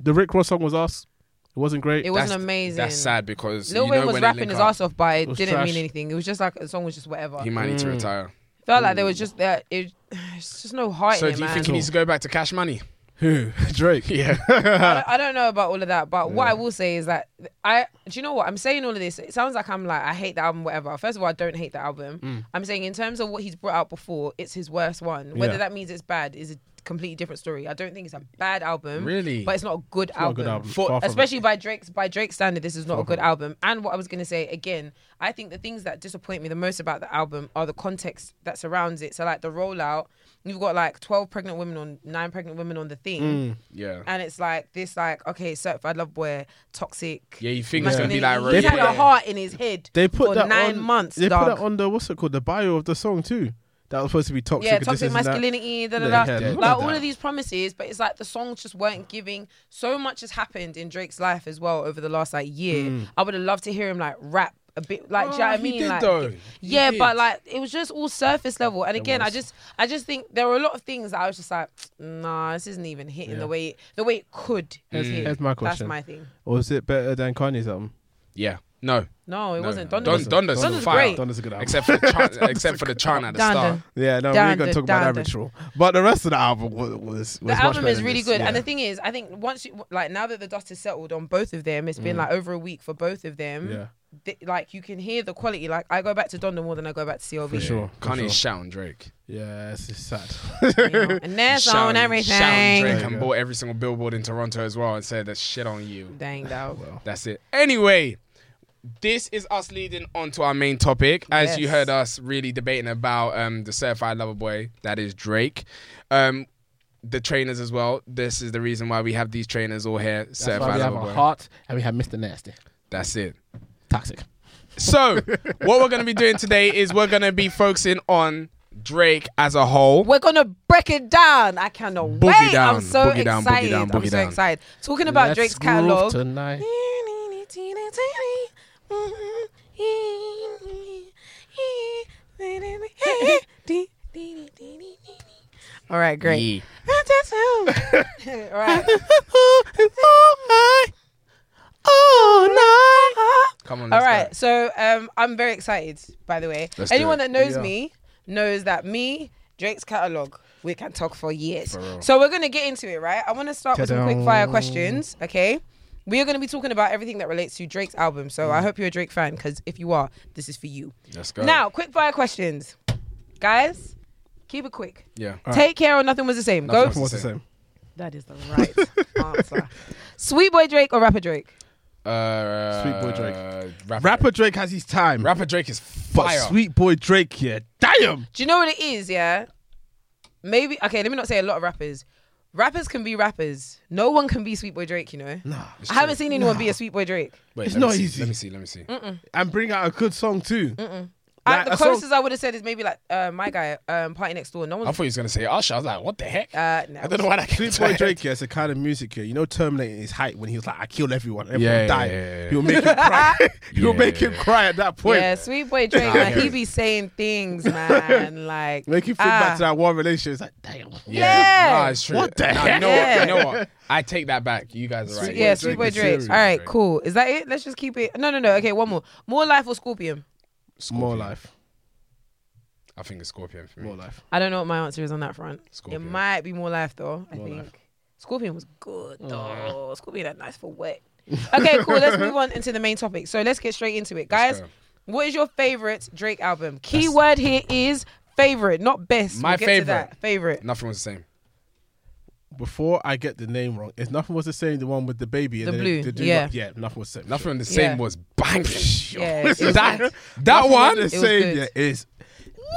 the Rick Ross song was us. It wasn't great. It That's- wasn't amazing. That's sad because Lil you Wayne know was when rapping his ass off, but it, was didn't trash. mean anything. It was just like the song was just whatever. He might need to retire. Felt like there was just that. It, it's just no heart So in it, do you man. think he needs to go back to Cash Money? Who? Drake. Yeah. I, don't, I don't know about all of that, but what I will say is that I do you know what I'm saying? All of this it sounds like I'm like I hate the album, whatever. First of all, I don't hate the album. Mm. I'm saying in terms of what he's brought out before, it's his worst one. Whether Yeah. that means it's bad is a completely different story. I don't think it's a bad album, Really? but it's not a good Not a album. good album. For- Far from it. Especially by Drake's by Drake's standard, this is not a Far good album. And what I was gonna say again, I think the things that disappoint me the most about the album are the context that surrounds it. So like the rollout, you've got like twelve pregnant women on nine pregnant women on the theme Mm. yeah. and it's like this like okay certified love boy toxic Yeah, you think it's gonna be like he They had put a that- heart in his head They put for that nine on, months They dog. put that on the what's it called? The bio of the song too. That was supposed to be toxic. yeah this toxic is that. masculinity da, They da, da. had none like of all that. of these promises but it's like the songs just weren't giving so much has happened in drake's life as well over the last like year Mm. i would have loved to hear him like rap a bit like do you know Oh, what i he mean did like though. He yeah did. but like it was just all surface level and again i just i just think there were a lot of things that i was just like nah this isn't even hitting the way it, the way it could have hit. here's my that's question. my thing Or is it better than Kanye's album? Yeah. No. no, it No. wasn't. Don- Donda was- Donda's Donda's fire. great. Donda's a good album. Except for the chant, except for the chant at the start. Donda. yeah, no, we ain't gonna Donda, talk about that Donda. ritual. But the rest of the album was, was, was The much album better is than really this. good, Yeah. and the thing is, I think once you like now that the dust has settled on both of them, it's Mm. been like over a week for both of them. Yeah. th- like you can hear the quality. Like I go back to Donda more than I go back to CLV. For sure. for Kanye's sure. shouting Drake. Yeah, it's, it's sad. you know, and there's Shouting- on Shouting everything. Drake There you and go. bought every single billboard in Toronto as well and said that shit on you. Dang though. That's it. Anyway, this is us leading on to our main topic. As you Yes. heard us really debating about um, the certified lover boy, that is Drake. Um, the trainers as well. This is the reason why we have these trainers all here. certified lover boy. heart and we have Mr. Nasty. That's it. Toxic. So, what we're going to be doing today is we're going to be focusing on Drake as a whole. We're gonna break it down. I cannot Boogie wait. down, I'm so boogie down, boogie excited. down, I'm boogie so down. excited. Talking about Drake's catalog. tonight. All right, great. Yeah. All right. Come on, All let's go. right. So um, I'm very excited, by the way. Let's do Anyone it. that knows Yeah. me knows that me, Drake's catalog, we can talk for years. real. so we're going to get into it, right? I want to start with some Ta-dam. quick fire questions, okay? We are going to be talking about everything that relates to Drake's album. So I hope you're a Drake fan because if you are, this is for you. Let's Mm. go. Now, quick fire questions. Guys, keep it quick. yeah. Take care or nothing was the same. Go. Nothing What's was the same? That is the right answer. Sweet boy Drake or rapper Drake? Uh, Sweet boy Drake. Rapper, Rapper Drake has his time. rapper Drake is but fire. Sweet Boy Drake here. Damn. Do you know what it is? Yeah. Maybe okay. Let me not say a lot of rappers. Rappers can be rappers. No one can be Sweet Boy Drake. You know. Nah. I haven't seen anyone be a Sweet Boy Drake. Wait, It's let me not see, easy. Let me see. Let me see. And bring out a good song too. I- Like, the a song- closest I would have said is maybe like uh, my guy, um, Party Next Door. I No one's. thought he was gonna say Usher. I was like, what the heck? Uh, no. I don't know why that came Sweet to Boy my Drake here is the kind of music here. You know Terminator is hype when he was like, I killed everyone, everyone Yeah, yeah, died. yeah, yeah. You'll make him cry. You'll Yeah. make him cry at that point. Yeah, Sweet Boy Drake. I like, hear he it. be saying things, man. Like Make him think ah. back to that one relationship. It's like, damn. Yeah. Yeah. Nah, it's true. What the Nah, You heck? know what? Yeah. You know what? I take that back. You guys are right. ah. yeah, Sweet Drake Boy is Drake. serious, All right, Drake. cool. Is that it? Let's just keep it. No, no, no. Okay, one more. More Life or Scorpion? More life. I think it's Scorpion for me. More life. I don't know what my answer is on that front. Scorpion. It might be More Life though. I More think. Life. Scorpion was good Mm. though. Scorpion had nice for wet. Okay, cool. let's move on into the main topic. So let's get straight into it, guys. go. What is your favorite Drake album? Keyword here is favorite, not best. My We'll get to favorite. that. Favorite. Nothing was the same. Before I get the name wrong, if nothing was the same, the one with the baby and The then blue, the dude- yeah. yeah, nothing was the same. Nothing was the Yeah. same was banging. Yeah, it was that that Nothing one. was the It was same. good. Yeah, is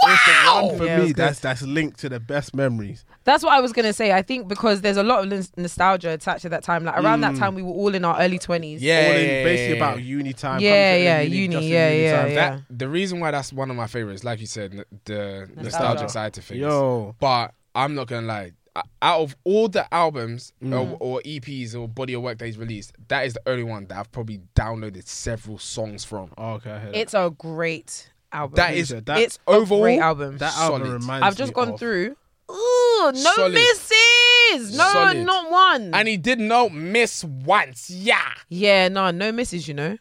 wow. It's the one for Yeah, it was me. good. That's that's linked to the best memories. That's what I was gonna say. I think because there's a lot of nos- nostalgia attached to that time. Like around that time, we were all in our early twenties. Mm. Yeah, All yeah, in yeah, basically yeah. about uni time. Yeah, coming to yeah, the uni, just in yeah, yeah, time. That the reason why that's one of my favorites, like you said, n- the nostalgic side to things. Yo. But I'm not gonna lie. o- Out of all the albums Mm. or, or EPs or body of work that he's released, that is the only one that I've probably downloaded several songs from. Oh, okay, I heard it's a great album. That is That- it's overall, a great album. that album solid. reminds I've just me gone of- through. Ooh, no Solid. misses. No, Solid. not one. and he did not miss once. Yeah, yeah, no, no misses. You know, It's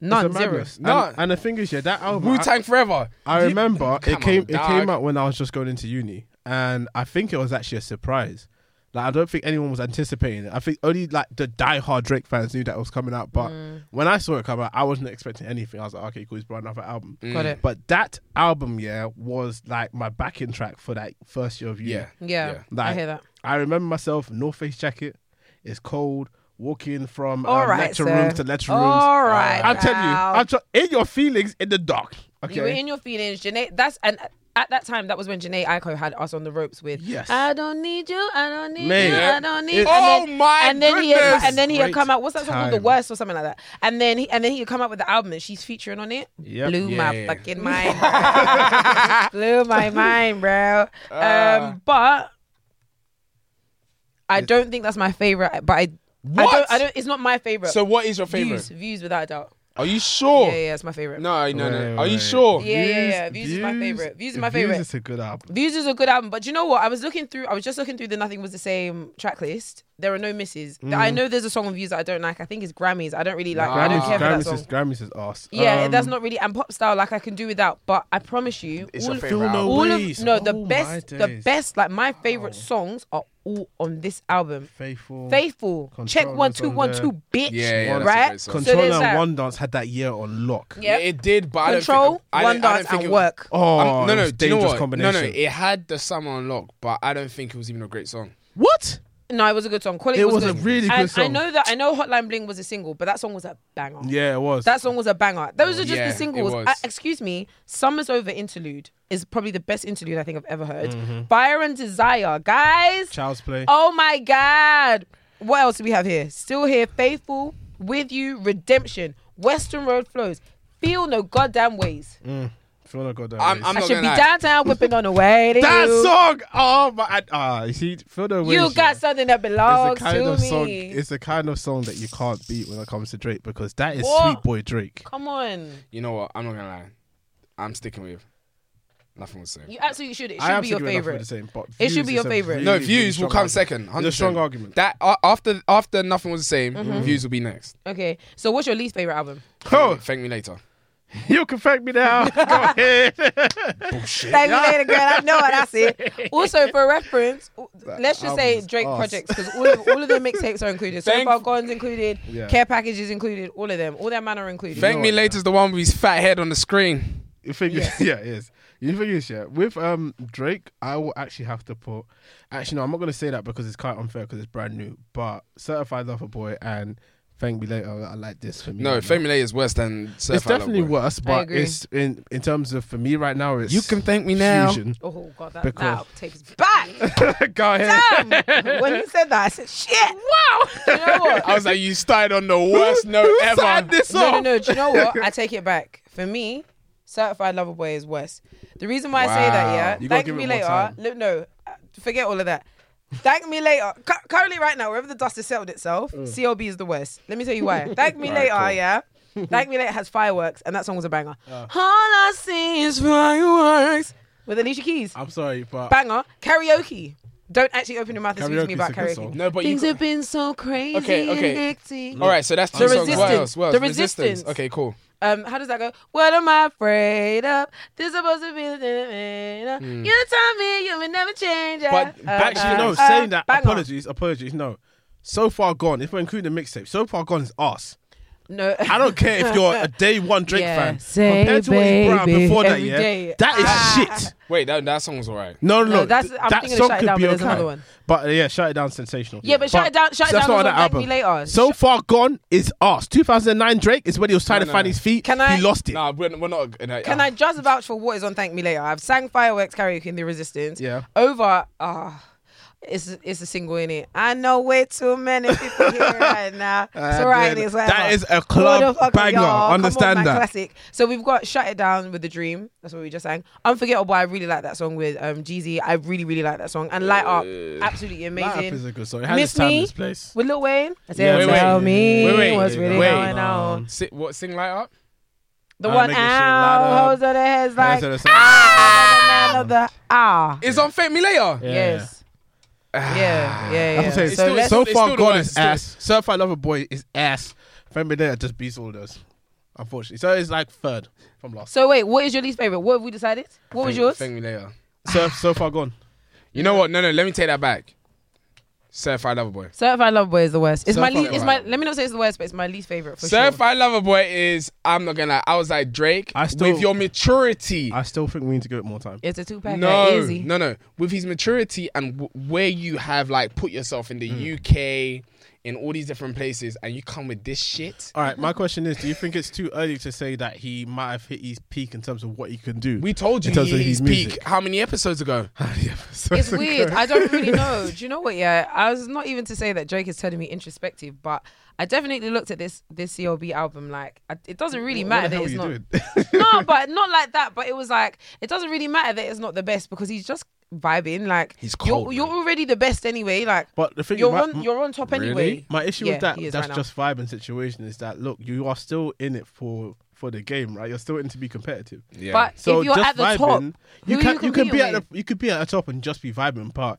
a none, zero. madness. No. And, and the thing is, yeah, that album. Wu I- Tang Forever. I remember Come it came on, it came dog. out when I was just going into uni, and I think it was actually a surprise. Like I don't think anyone was anticipating it. I think only like the diehard Drake fans knew that it was coming out. But Mm. when I saw it come out, I wasn't expecting anything. I was like, okay, cool, he's brought another album. Mm. Got it. But that album, yeah, was like my backing track for that first year of uni. Yeah, Yeah, I Like, hear that. I remember myself, no face jacket, it's cold, walking from All um, right, lecture sir. rooms to lecture rooms. All right, I'm telling you, pal. I'm tr- in your feelings in the dark. Okay. You were in your feelings, Janae. That's and at that time, that was when Janae Aiko had us on the ropes with. Yes. I don't need you. I don't need Man. you. Yeah. I don't need. It- you. Oh my And then he had, goodness. and then he had Great come out. What's that song called? The time. worst or something like that. And then he and then he had come out with the album and she's featuring on it. Yep. Blew my Yeah. fucking mind. bro. Blew my mind, bro. Uh. um, but I don't think that's my favorite. But I. I What? don't, I don't. It's not my favorite. So what is your favorite? views, views without a doubt. Are you sure? Yeah, yeah, it's my favorite. No, no, no. Wait, Are you wait. sure? Yeah, yeah, yeah. Views is my favorite. Views is my favorite. Views is a good album. Views is a good album, but you know what? I was looking through. I was just looking through the Nothing Was the Same track list. There are no misses. Th- Mm. I know there's a song on Views that I don't like. I think it's Grammys. I don't really like. I don't Grammys, care for that Grammys, song. is, Grammys is ass. yeah, Um, that's not really and pop style. Like I can do without, but I promise you, It's all, your favorite Feel no- album. all of Ways. no the Oh, my best, the days. Oh. best. Like my favorite songs are all on this album. faithful. Faithful, Oh. Control check one is two on one there. two, Yeah, bitch. yeah, that's a right. great song. So Control there's and that. One Dance had that year on lock. Yeah. It did, but Control, I don't one think, I- I, dance, don't think and it, work. Oh, I'm- no, it no, was do you know dangerous what? combination. No, no, it had the summer on lock, but I don't think it was even a great song. what? No, it was a good song. Quality It was was, a good. really good And I song. know that. I know Hotline Bling was a single, but that song was a banger. Yeah, it was. That song was a banger. Those Oh, are just Yeah, the it singles. was. Uh, excuse me, Summer's Over interlude is probably the best interlude I think I've ever heard. Mm-hmm. Fire and Desire, guys. Child's Play. Oh my God. What else do we have here? Still here, Faithful, With You, Redemption, Western Road Flows. Feel no goddamn ways. Feel no goddamn I'm- ways. I'm I not should gonna be lie. downtown whipping on the way. To that you. song. Oh my! I- Ah, you see, feel no ways. you yeah. got something that belongs It's the kind to of me. song. It's the kind of song that you can't beat when it comes to Drake because that is What? Sweet Boy Drake. Come on. You know what? I'm not gonna lie. I'm sticking with nothing was the same. You absolutely should. It I should am be your thinking about Nothing favorite. Was the same, but It Views should be is your a favorite. really, No, really views will strong come album. second. 100%. It's a strong argument. Mm-hmm. That uh, after after nothing was the same, views will be next. Okay. So what's your least favorite album? Oh, Thank me later. you can thank me now. Go ahead. Thank you later, girl. I know it. I see it. Also, for reference, let's just say album's Drake ass. projects because all of all of their mixtapes are included. So Thank- far, Gone's included. Yeah. Care packages included. All of them. All their man are included. Thank know me what, later's the one with his fat head on the screen. You think Yes. yeah, it is. You think it's yeah. With um Drake, I will actually have to put actually no, I'm not gonna say that because it's quite unfair because it's brand new. But Certified Lover Boy and Thank Me Later, I like this for me. No, right thank now. me later is worse than Certified Mm-hmm. It's definitely Lover Boy. worse, but agree. it's in in terms of for me right now it's You can thank me now. fusion. Oh god, that, Because- that takes back. Go ahead. Damn. when you said that, I said shit. Wow. Do you know what? I was like, you started on the worst note Who ever. signed this No, no, off? no. Do you know what? I take it back. For me, Certified Lover Boy is worse. The reason why I say that, Wow. yeah, You gotta thank give me it more later. time. Look, no, uh, forget all of that. Thank me later. Cu- currently, right now, wherever the dust has settled itself, Mm. CLB is the worst. Let me tell you why. Thank me later, yeah. Thank me later has fireworks, and that song was a banger. Uh. All I see is fireworks with Alicia Keys. I'm sorry, but banger. Karaoke. Don't actually open your mouth and speak to Karaoke's me about a good karaoke. song. No, but Things you. have been so crazy Okay, okay. and hectic. All right, so that's two The songs. What Resistance. else? What else? The Resistance. Okay, cool. Um, how does that go? What am I afraid of? This is supposed to be the thing. know, you tell me you will never change. Hmm. But uh, uh, actually, no. uh, saying that, bang on. apologies, apologies. No, so far gone. If we're including the mixtape, so far gone is us. No, I don't care if you're a day one Drake Yeah. fan Say compared to what he brought out baby before that. every Yeah, day. Ah. that is shit. Wait, that, that song was alright. No, no, No, no. that's- th- I'm that thinking of song Shut It could Down, be but there's okay. another one. But uh, yeah, shut it down, sensational. Yeah, but Shut It Down- Shut It that's not Down on was on that Like Me album. Later. So far gone is us. 2009 Drake is when he was trying No, to no, find no. his feet. Can I- He lost it. Nah, we're, we're not. Uh, Ah. Can I just vouch for what is on Thank Me Later? I've sang fireworks karaoke in the Resistance. Yeah. Over. Ah. it's it's a single in it. I know way too many people here right now. Ah, so right, dude, it's that whatever. is a What club the fuck, banger. y'all? Come on, Understand man, that. classic. So we've got Shut It Down with the Dream. That's what we just sang. Unforgettable. I really like that song with um Jeezy. I really really like that song. And Light Up, absolutely That is amazing. a good song. It has Miss its time and Me its place. with Lil Wayne. I said, Yeah, wait, tell wait. me Wait, wait, what's really wait. going on. Si- what sing light up? The I'll one make this shit light ow, up. holds of the heads like That's what it says. ah, the man of the ah. It's on Fake Me Later. Yeah. Yes. Yeah, yeah, yeah. That's what I'm saying. It's So, still- it's so still- it's far still the gone worst. is It's still- ass. Certified Lover Boy is ass. Family Day just beats all those. Unfortunately, so it's like third from last. So wait, what is your least favorite? What have we decided? What was Fake- yours? Fake Me Later. So so far gone. You know what? No, no. Let me take that back. Certified Lover Boy. Certified Lover Boy is the worst. It's my Certified least. It's Lover my. Let me not say it's the worst, but it's my least favorite for sure. Certified Lover Boy is. I'm not gonna. lie, I was like Drake. I still- with your maturity. I still think we need to give it more time. It's a two pack. no, easy. no, no. With his maturity and w- where you have like put yourself in Hmm. the UK, in all these different places, and you come with this shit. All right, my question is: Do you think it's too early to say that he might have hit his peak in terms of what he can do? We told you in terms he hit of his his peak. music. How many episodes ago? It's weird. I don't really know. Do you know what? Yeah, I was not even to say that Drake is turning me introspective, but I definitely looked at this this CLB album like I, it doesn't really matter that it's not. no, but not like that. But it was like it doesn't really matter that it's not the best because he's just vibing. Like He's you're- cold, You're, man. already the best anyway. Like But the thing is, you're my, on you're on top Really? anyway. my issue Yeah, with that he is that's right now. just vibe and situation is that look, you are still in it for for the game, right? You're still in to be competitive. Yeah. But So if you're just at the vibing, top, you who can you you can be competing at the you could be at the top and just be vibing, but.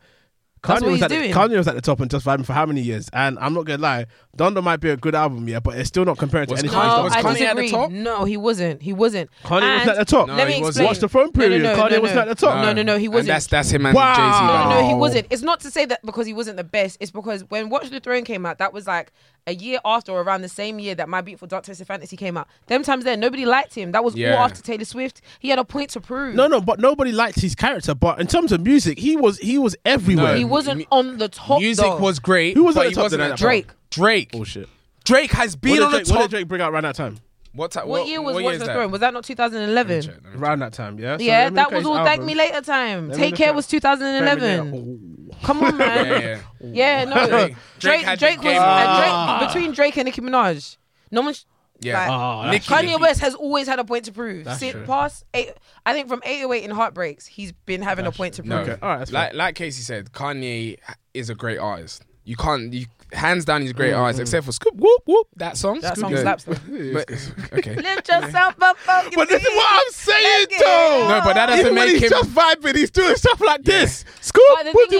That's Kanye what was, he's at the, doing. Kanye was at the top and just vibing for how many years? And I'm not gonna lie, Donda might be a good album, yeah, but it's still not comparing to Was any Kanye- Kanye no, stuff. was I Kanye at the disagree. top? No, he wasn't. He wasn't. Kanye and wasn't at the top. No, Let me he wasn't. explain. Watch the phone period. No, no, no, Kanye no, wasn't no. at the top. No, no, no, he And wasn't. that's that's him and Wow. Jay Z. No, no, no, he Oh. wasn't. It's not to say that because he wasn't the best. It's because when Watch the Throne came out, that was like a year after, or around the same year that My Beautiful Dark Twisted Fantasy came out. Them times there, nobody liked him. That was Yeah. all after Taylor Swift. He had a point to prove. No, no, but nobody liked his character. But in terms of music, he was he was everywhere. No, he wasn't on the top. Music though. was great. Who was but at the he top wasn't then at at the that Drake. top. Drake. bullshit. Drake has What been did, on the Drake, what did top. Drake bring out around that time? What, ti- What, year was what Watch is the that? Throne? Was that not 2011? Check, let me Around that time, yeah. So yeah, let me that look at was his all album. Thank Me Later time. Let me Take look Care at- was Thank Me Later. 2011 Ooh. Come on, man. Yeah, yeah. Yeah, no. Drake, Drake- Drake, Drake had the was game uh, Drake, between Drake and Nicki Minaj. No one. Sh- Yeah. like, Ah, Nicki- that's- Kanye West has always had a point to prove. That's Since true. past eight, I think from 808 and Heartbreaks, he's been having a point to No, prove. Okay, all right, that's like like Casey said, Kanye is a great artist. You can't, you hands down, he's a Mm, great artist, except for Scoop Whoop Whoop. That song, That Scoop song Whoop. slaps. though. But, okay. Lift yourself up, fucking But this is what I'm saying, Let's get though. it No, but that on. doesn't Even when make he's him- just vibing. He's doing stuff like this. But Scoop, the whoop, thing,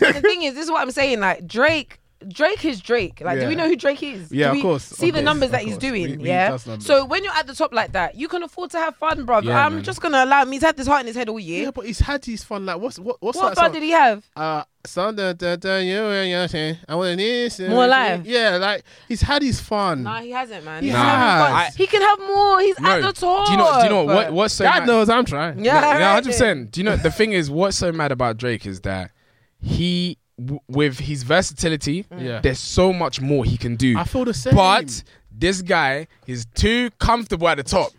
whoop. the thing is, this is what I'm saying. Like Drake, Drake is Drake. Like, do we Yeah. know who Drake is? Do Yeah, of we course, See of the course, numbers of that he's course. doing. We- we yeah. does numbers. So when you're at the top like that, you can afford to have fun, bruv. Yeah, I'm man. just gonna allow him. He's had this heart in his head all year. Yeah, but he's had his fun. Like, what's what, what's what that fun song? did he have? uh, son, da, da, da, you and your thing. I want this. and More this. life. Yeah, like he's had his fun. Nah, he hasn't, man. He He's having fun. has. he can have more. He's No, at the top. do you know? Do you know what? What's so God mad- knows I'm trying. Yeah. Yeah, I heard hundred it. percent. Do you know the thing is what's so mad about Drake is that he w- with his versatility, Yeah. there's so much more he can do. I feel the same. But this guy is too comfortable at the top.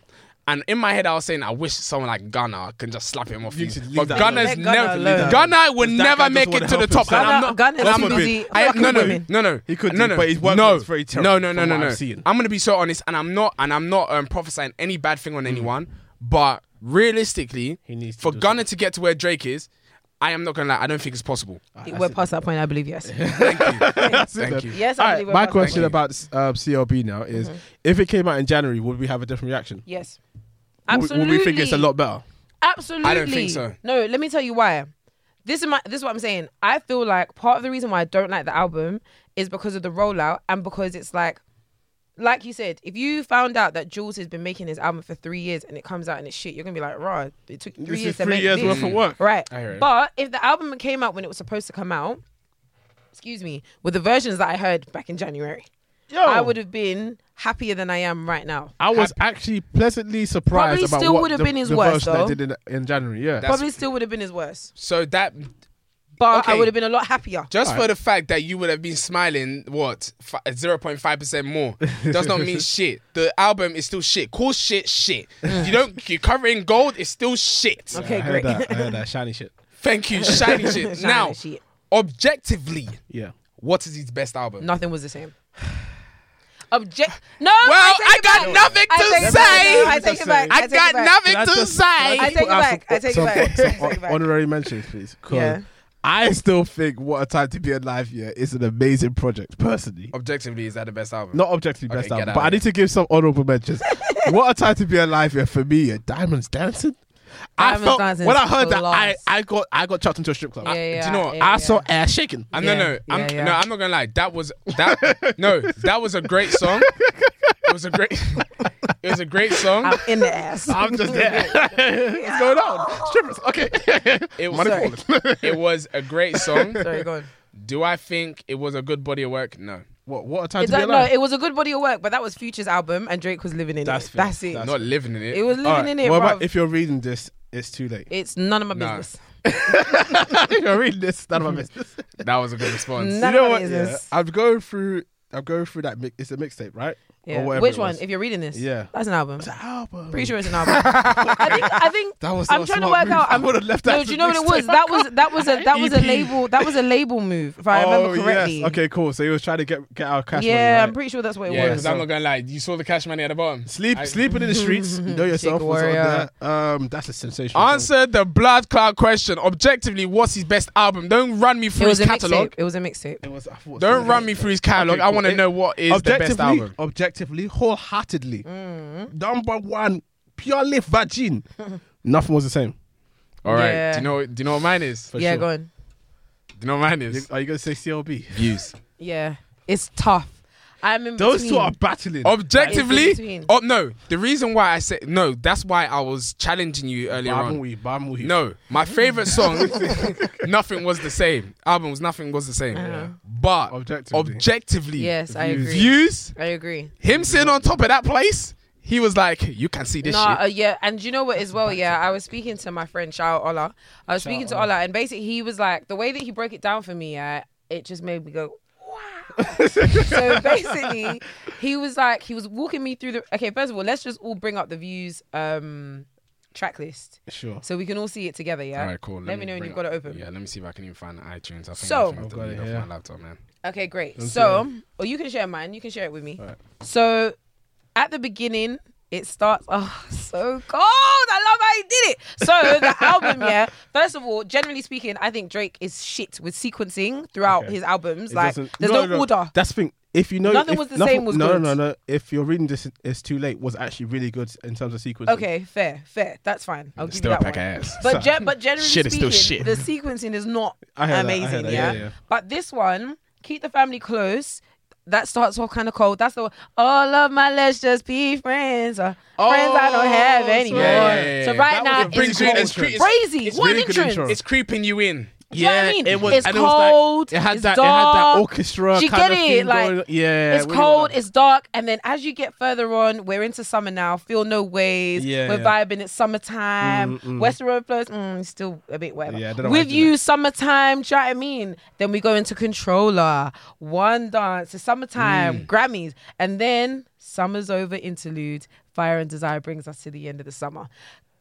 And in my head, I was saying, I wish someone like Ghana can just slap him off. You these- should leave But that Ghana's alone. Let Ghana never. alone. Ghana would That guy never doesn't make wanna it to the help top. himself. And I'm not- Ghana- Ghana's I'm too not- busy I- fucking No, no, women. no, no. He could no, do, no, but his work no, rate's very No, terrible no, no, from no, what no. I've seen. I'm gonna be so honest, and I'm not, and I'm not um, prophesying any bad thing on anyone, but realistically, Hmm. He needs to for do Ghana to get to where Drake is. I am not gonna lie. I don't think it's possible. We're past that point, I believe. Yes. Thank you. Thank you. yes, I Mm-hmm. All right, my believe. we're past that question point. about uh, CLB now is: if it came out in January, would we have a different reaction? Yes. Would- Absolutely. Would we think it's a lot better? Absolutely. so. No, let me tell you why. This is my this is what I'm saying. I feel like part of the reason why I don't like the album is because of the rollout and because it's like like you said, if you found out that Jules has been making his album for three years and it comes out and it's shit, you're gonna be like, "Rah, it took three This years is to three make years this." worth of work. Right. I hear it. But if the album came out when it was supposed to come out, excuse me, with the versions that I heard back in January, Yo, Oh. I would have been happier than I am right now. Ah, I was actually pleasantly surprised Probably about still what would've the, been his the worst, version I though. did in, in January. Yeah, That's- Probably still would have been his worst. So that But I Okay. would have been a lot happier. just Alright. for the fact that you would have been smiling, what zero point five percent more does not mean shit. The album is still shit. Cool shit, shit. you don't. You're covering gold. It's still shit. Okay, I great. heard that. I heard that shiny shit. Thank you, shiny shit. Shiny now, shit. objectively, Yeah. what is his best album? Nothing was the same. Object. No. Well, take I it got back. nothing I to take it back. say. I take it back. I, take it got back. Can I nothing to just- say. can I just take put it out back. some- I take it some- back. some I take it back. Honorary mentions, please. 'cause Yeah. I still think "What a Time to Be Alive" yeah is an amazing project. Personally, Objectively, is that the best album? not objectively Okay, best get album, out but of I need to here. give some honorable mentions. what a time to be alive here for me. Yeah, Diamonds Dancing. I Diamonds felt Dancing when is I heard that, I, class. I got I got chucked into a strip club. Yeah, I, yeah, do you know what? yeah, I yeah. saw air shaking. I Yeah, no, no, I'm, yeah, yeah. no, I'm not gonna lie. That was that. no, that was a great song. It was a great. it was a great song. I'm in the ass. I'm just there. What's going on? Strippers. Okay. It was. Money Sorry. falling. It was a great song. Sorry, go on. Do I think it was a good body of work? No, what, what a time It's to be like, no, alive. it was a good body of work, but that was Future's album, and Drake was living in That's it. fair. That's it. That's- not living in it. it was living All right, in it, what bro. about if you're reading this? It's too late. it's none of my Nah. business. if you're reading this, none of my business. that was a good response. Mm-hmm. None you know of my what? Yeah, business. I'm going through. I'm going through that. Mix, it's a mixtape, right? Or Yeah. whatever Which it one? was. If you're reading this, Yeah. that's an album. It's an album. Pretty sure it's an album. I think. I think. That was. I'm not a trying to smart work move. out. I I'm- would have left that. No, as do a you know what it was? mixtape. That was that was a that was a EP. label that was a label move, if I oh, remember correctly. Yes. Okay, cool. So he was trying to get get our cash. Yeah, money, right? I'm pretty sure that's what it Yeah, was. because I'm not gonna lie. You saw the cash money at the bottom. Sleep, I- sleeping in the streets. You know yourself was on warrior. there. Um, that's a sensational. song. Answer the blood cloud question. Objectively, what's his best album? Don't run me It through was his a mixtape. catalog. It was a mixtape. It was, I thought it was Don't a run mixtape. me through his catalog. Okay, I want to cool. know what is the objectively, best album. objectively, wholeheartedly, Mm. number one, purely virgin. Nothing was the same. All right. Yeah. Do you know? Do you know what mine is? Do yeah, sure. go on. you know what mine is? Are you gonna say CLB? Views. Yeah, it's tough. I'm in Those between. two are battling. It's in Objectively, between. oh no. The reason why I said no, that's why I was challenging you earlier on. Bamwi, Bamwi. No, my favorite song, nothing was the same. Albums, nothing was the same. But Objectively. objectively, Uh-huh. Yes, I agree. views I agree. him sitting on top of that place. He was like, "You can see this No, shit." uh, yeah, and you know what as well? Yeah, I was speaking to my friend Shao Ola. I was speaking to Ola, and basically he was like, the way that he broke it down for me, uh, it just made me go. Wow. so basically, he was like, he was walking me through the. Okay, first of all, let's just all bring up the views um, track list sure. so we can all see it together. Yeah. All right, cool. Let, me know when bring you've got it open. Yeah, let me see if I can even find iTunes. I think So- Oh, I think I've I've got it deleted it here. off my laptop, man. Okay, great. So, or you can share mine. You can share it with me. Alright. So, at the beginning, it starts. Oh, so cold! I love how he did it. So the album, yeah. First of all, generally speaking, I think Drake is shit with sequencing throughout Okay. his albums. It like, doesn't- there's no, order. That's the thing. If you know, Nothing if was the nothing- same was no, good. no, no, no. If you're reading this, it's too late. Was actually really good in terms of sequence. Okay, fair, fair. That's fine. I'll give Still you a that pack one. of ass. So- But ge- but generally Shit is speaking, still shit. the sequencing is not I heard that, I heard amazing. that, yeah? yeah, yeah. But this one, keep the family close. That starts off kind of cold. That's the one. All of my let's just be friends. Or friends I don't have Oh, so- anymore. Yeah, yeah, yeah, So yeah. That was a right now really it's good cold. intro. It's- crazy. it's what really an good entrance. intro. It's creeping you in. Do you know what I mean? and It's it was like- cold, it had it's that. It had dark. that orchestra. Do you kind get of it? thing Like, going on. yeah, it's we cold, were- it's dark, and then as you get further on, we're into summer now. Feel no ways. Yeah, we're yeah. vibing. It's summertime. Western Road flows. Mm, it's still a bit whatever. Yeah, I don't know why I With do you, summertime. Do you know what I mean? Then we go into controller, one dance, it's summertime, Mm. Grammys, and then summer's over. Interlude. Fire and desire brings us to the end of the summer.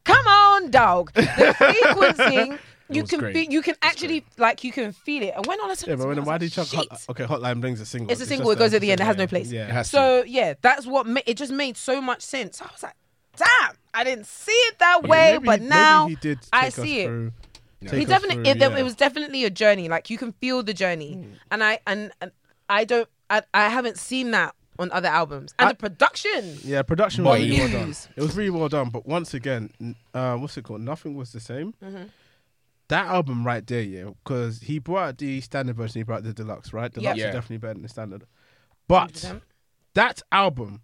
Come on, dog. The sequencing. You was can great. fe- you can actually like you can feel it, and when all of a sudden, Yeah, but when why did Chuck? shit. Hot, okay, Hotline brings a single. It's a single, just it goes a- at the end, it has no place. Yeah. It has to. So yeah, that's what ma- it just made so much sense. I was like, damn, I didn't see it that way, Maybe- but maybe now he did I take us see it. through- He He take us definitely, through, it, yeah. it was definitely a journey. Like you can feel the journey, and I and, and I don't, I, I haven't seen that on other albums, and the production. Yeah, production was Boy. really well done. News. It was really well done, but once again, n- uh, what's it called? Nothing was the same. Mm-hmm. That album right there, yeah, because he brought out the standard version, he brought out the deluxe, right? Deluxe Yeah. is definitely better than the standard. But 100%. That album,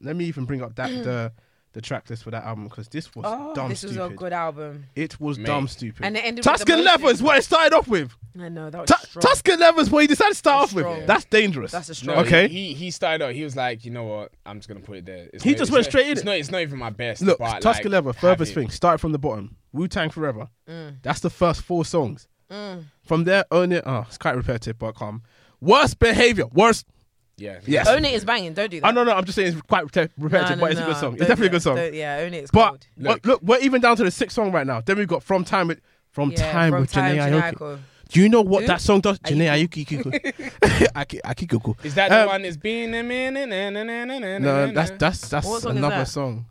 let me even bring up that the the track list for that album because this was Oh, dumb this stupid. was a good album. It was Mate. dumb stupid. And it ended with Tuscan the most- Leather is what it started off with. I know that was Tu- strong. Tuscan Leather is what he decided to start off strong. with. That's dangerous. That's a strong. No, Okay. He he started out. He was like, you know what? I'm just gonna put it there. It's He not- just it's went not- straight in It's it. not. It's not even my best. Look, but, Tuscan like, Leather, furthest have it. thing, started from the bottom. Wu Tang Forever. Mm. That's the first four songs. From there, own it. Oh, it's quite repetitive, but calm. Worst behavior. Worst. Yeah. Yes. Own it is banging. Don't do that. Oh no, no. I'm just saying it's quite repet- No, repetitive, no, but it's a no, good song. It's don't definitely a do good that. song. Don't- Yeah, own it is But cold. look. look, we're even down to the sixth song right now. Then we've got From Time with From Yeah, Time from with Janae Time, Aoki. Janae Aiko. Do you know what that song does? Aiko. Janae Aoki Kiko. Aki Aki Kiko. Is that the Um, one that's been a minute? na- na- na- na- na- na- No, na- that's na? that's that's What song is another that? song.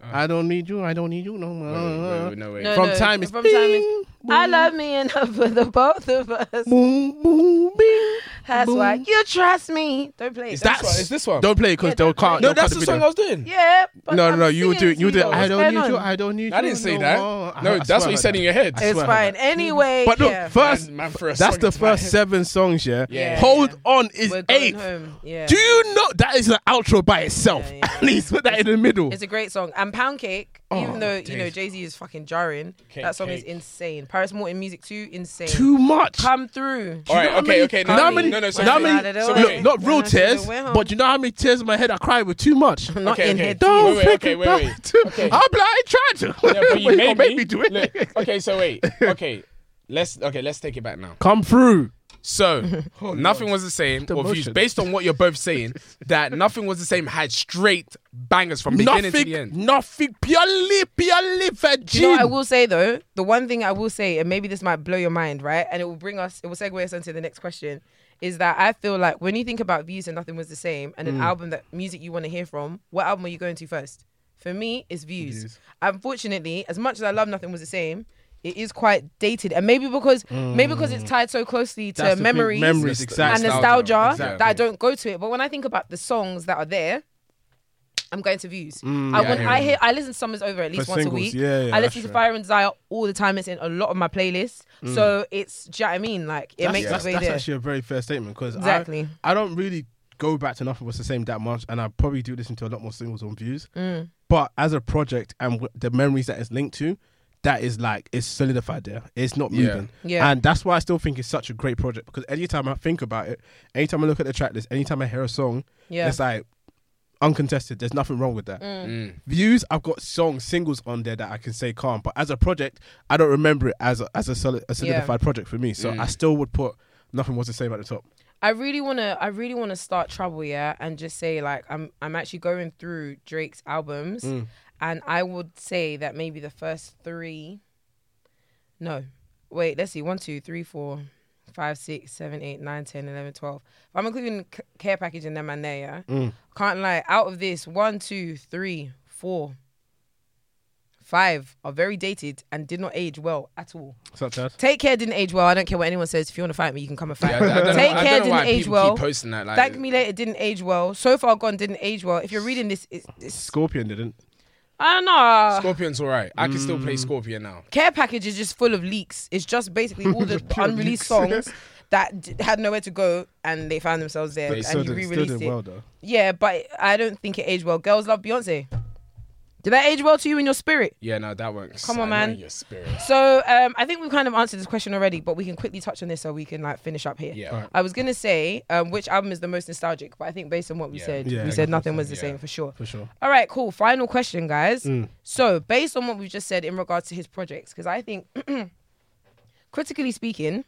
I don't need you. I don't need you no more. Oh. Wait, wait, wait, No way. No, from no, time is from time is- bing, I love me enough for the both of us. boom, boom, bing. That's boom. why you trust me. Don't play. Is it. that This one- Is this one? Don't play it because Yeah, they'll don't play can't. it. No, they'll cut that's the the song video. I was doing. Yeah. but No, no, I'm no. You do. singing to You do. I What's don't going need you. on? I don't need you. I didn't say no that. more. I- No, I that's swear what you I said did. in your head. swear It's I fine. Anyway. But look, yeah. first, Man- man threw a that's song the into my first head. seven songs. Yeah. Yeah. Hold on is We're going eight. home. Yeah. Do you know that is an outro by itself? Yeah, yeah. At least put that in the middle. It's a great song. And Pound Cake, Oh, even though you know days. Jay Z is fucking jarring, Cake, that song is cake. insane. Paris Morton music too insane. Too much. Come through. All right. Okay. Okay. You know how No. many, No. No. you know how Sorry. many, Sorry. look, not real When I said tears, the way home. but you know how many tears in my head I cried with too much. Not Okay, in okay. here. Don't Wait, wait, think okay, wait, about wait. it. Okay. I'll be like, I tried to. Yeah, but you gonna made make me do it. Look, okay, so wait. Okay, let's okay, let's take it back now. Come through. So Oh, nothing was the same. Or if you, motion. based on what you're both saying, that nothing was the same had straight bangers from beginning to the Nothing, end. nothing, purely, purely Do you know virgin. what I will say though? The one thing I will say, and maybe this might blow your mind, right? And it will bring us, it will segue us into the next question, is that I feel like when you think about views and nothing was the same, and an album that music you want to hear from, what album are you going to first? For me, it's views. Views. Unfortunately, as much as I love nothing was the same, it is quite dated, and maybe because maybe because it's tied so closely to That's the thing, memories, memories, and exactly. nostalgia, Exactly. that I don't go to it. But when I think about the songs that are there, I'm going to views. I, yeah, when, yeah. I hear I listen to Summers Over at least For once singles, a week. yeah, yeah, I that's listen to true. Fire and Desire all the time. It's in a lot of my playlists. So it's do you know what I mean? Like it Mm. that's, makes that's, its way that's there. actually a very fair statement because Exactly. I, I don't really go back to nothing was the same that much, and I probably do listen to a lot more singles on views. Mm. But as a project and w- the memories that it's linked to, that is like it's solidified there. It's not Yeah. moving, Yeah. and that's why I still think it's such a great project because anytime I think about it, anytime I look at the track list, anytime I hear a song, Yeah. it's like uncontested. There's nothing wrong with that. Mm. Views, I've got songs, singles on there that I can say calm, but as a project, I don't remember it as a, as a, solid, a solidified project for me. So I still would put nothing was the same at the top. I really wanna I really wanna start trouble, yeah, and just say like I'm I'm actually going through Drake's albums and I would say that maybe the first three No. Wait, let's see. One, two, three, four, five, six, seven, eight, nine, ten, eleven, twelve. If I'm including c- care package and them and there, yeah. Can't lie. Out of this, one, two, three, four, five are very dated and did not age well at all. Such as Take care didn't age well. I don't care what anyone says. If you want to fight me, you can come and fight. Yeah, I- I don't know- Take I care don't know why didn't age people well. Keep posting that, like, Thank me later didn't age well. So far gone didn't age well. If you're reading this, it's, it's Scorpion didn't. I don't know. Scorpion's alright. I can still play Mm. Scorpion now. Care package is just full of leaks. It's just basically all the unreleased songs that d- had nowhere to go and they found themselves there But it Still and you did, still re-released did it. well though. Yeah, but I don't think it aged well. Girls love Beyonce. Did that age well to you in your spirit? Yeah, no, that works. Come on, I know man. Your spirit. So um, I think we've kind of answered this question already, but we can quickly touch on this so we can like finish up here. Yeah. Alright. I was gonna say um, which album is the most nostalgic, but I think based on what we Yeah. said, Yeah, we said 100%, nothing was the yeah. same for sure. For sure. All right, cool. Final question, guys. So, based on what we've just said in regards to his projects, because I think, critically speaking,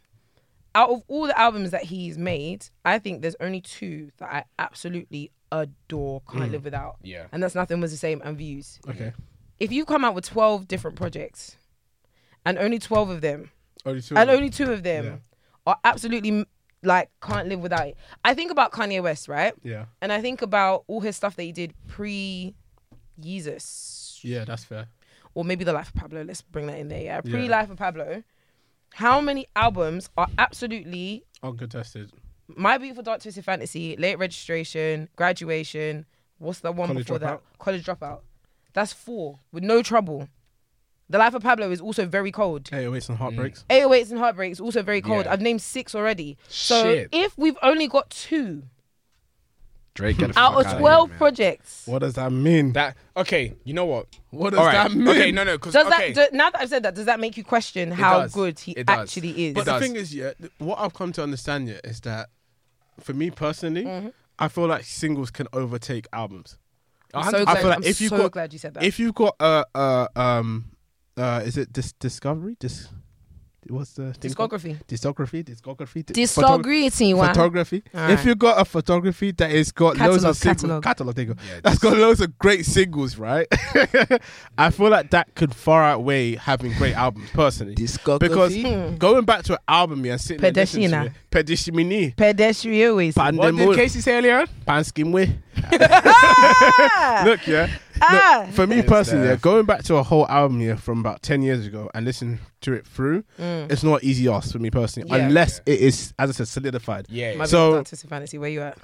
out of all the albums that he's made, I think there's only two that I absolutely adore, can't live without. Yeah. And that's Nothing Was the Same and Views. Okay. If you come out with 12 different projects and only 12 of them Only two. and only two of them Yeah. are absolutely m- like can't live without it. I think about Kanye West, right? Yeah. And I think about all his stuff that he did pre Jesus Yeah, that's fair. or maybe the life of Pablo. Let's bring that in there. Yeah, Yeah. pre life of Pablo. How many albums are absolutely Uncontested. My Beautiful Dark Twisted Fantasy, Late Registration, Graduation? What's the one College before that? Dropout. College Dropout. That's four with no trouble. The life of Pablo is also very cold. Hey, wait, some heartbreaks. 808s and heartbreaks also very cold. Yeah. I've named six already. So Shit. if we've only got two, Drake, get the Oh Out fuck of outta here, 12 man. projects. What does that mean? That okay? You know what? what does All right. that mean? Okay, no, no. 'cause- Does okay. that do, now that I've said that, does that make you question how does. good he It does. actually is? It But does. the thing is, yeah, th- what I've come to understand yet is that, for me personally, Mm-hmm. I feel like singles can overtake albums. I'm so I glad, feel like I'm if you so got- glad you said that. If you've got uh uh um uh is it dis- discovery dis what's the thing called? Discography. discography discography di- photo- Discography. Wow. photography. Alright. If you got a photography that has got loads of Catalog, singles, catalog. catalog, there you go. Yeah, that's got loads of great singles, right? I feel like that could far outweigh having great albums personally. Discography? because Hmm. going back to an album, yeah, sitting there listening to Pedestina. it, Pedestimini, Pedestrian ways. What did Pandemol, Casey say earlier? on? Panskimwe. Ah! Look, yeah, Ah! for me It's personally, there. yeah, going back to a whole album yeah, from about ten years ago and listening to it through, it's not easy ask for me personally, Mm. Yeah. unless it is, as I said, solidified. Yeah. My So- so, artist fantasy, where you at?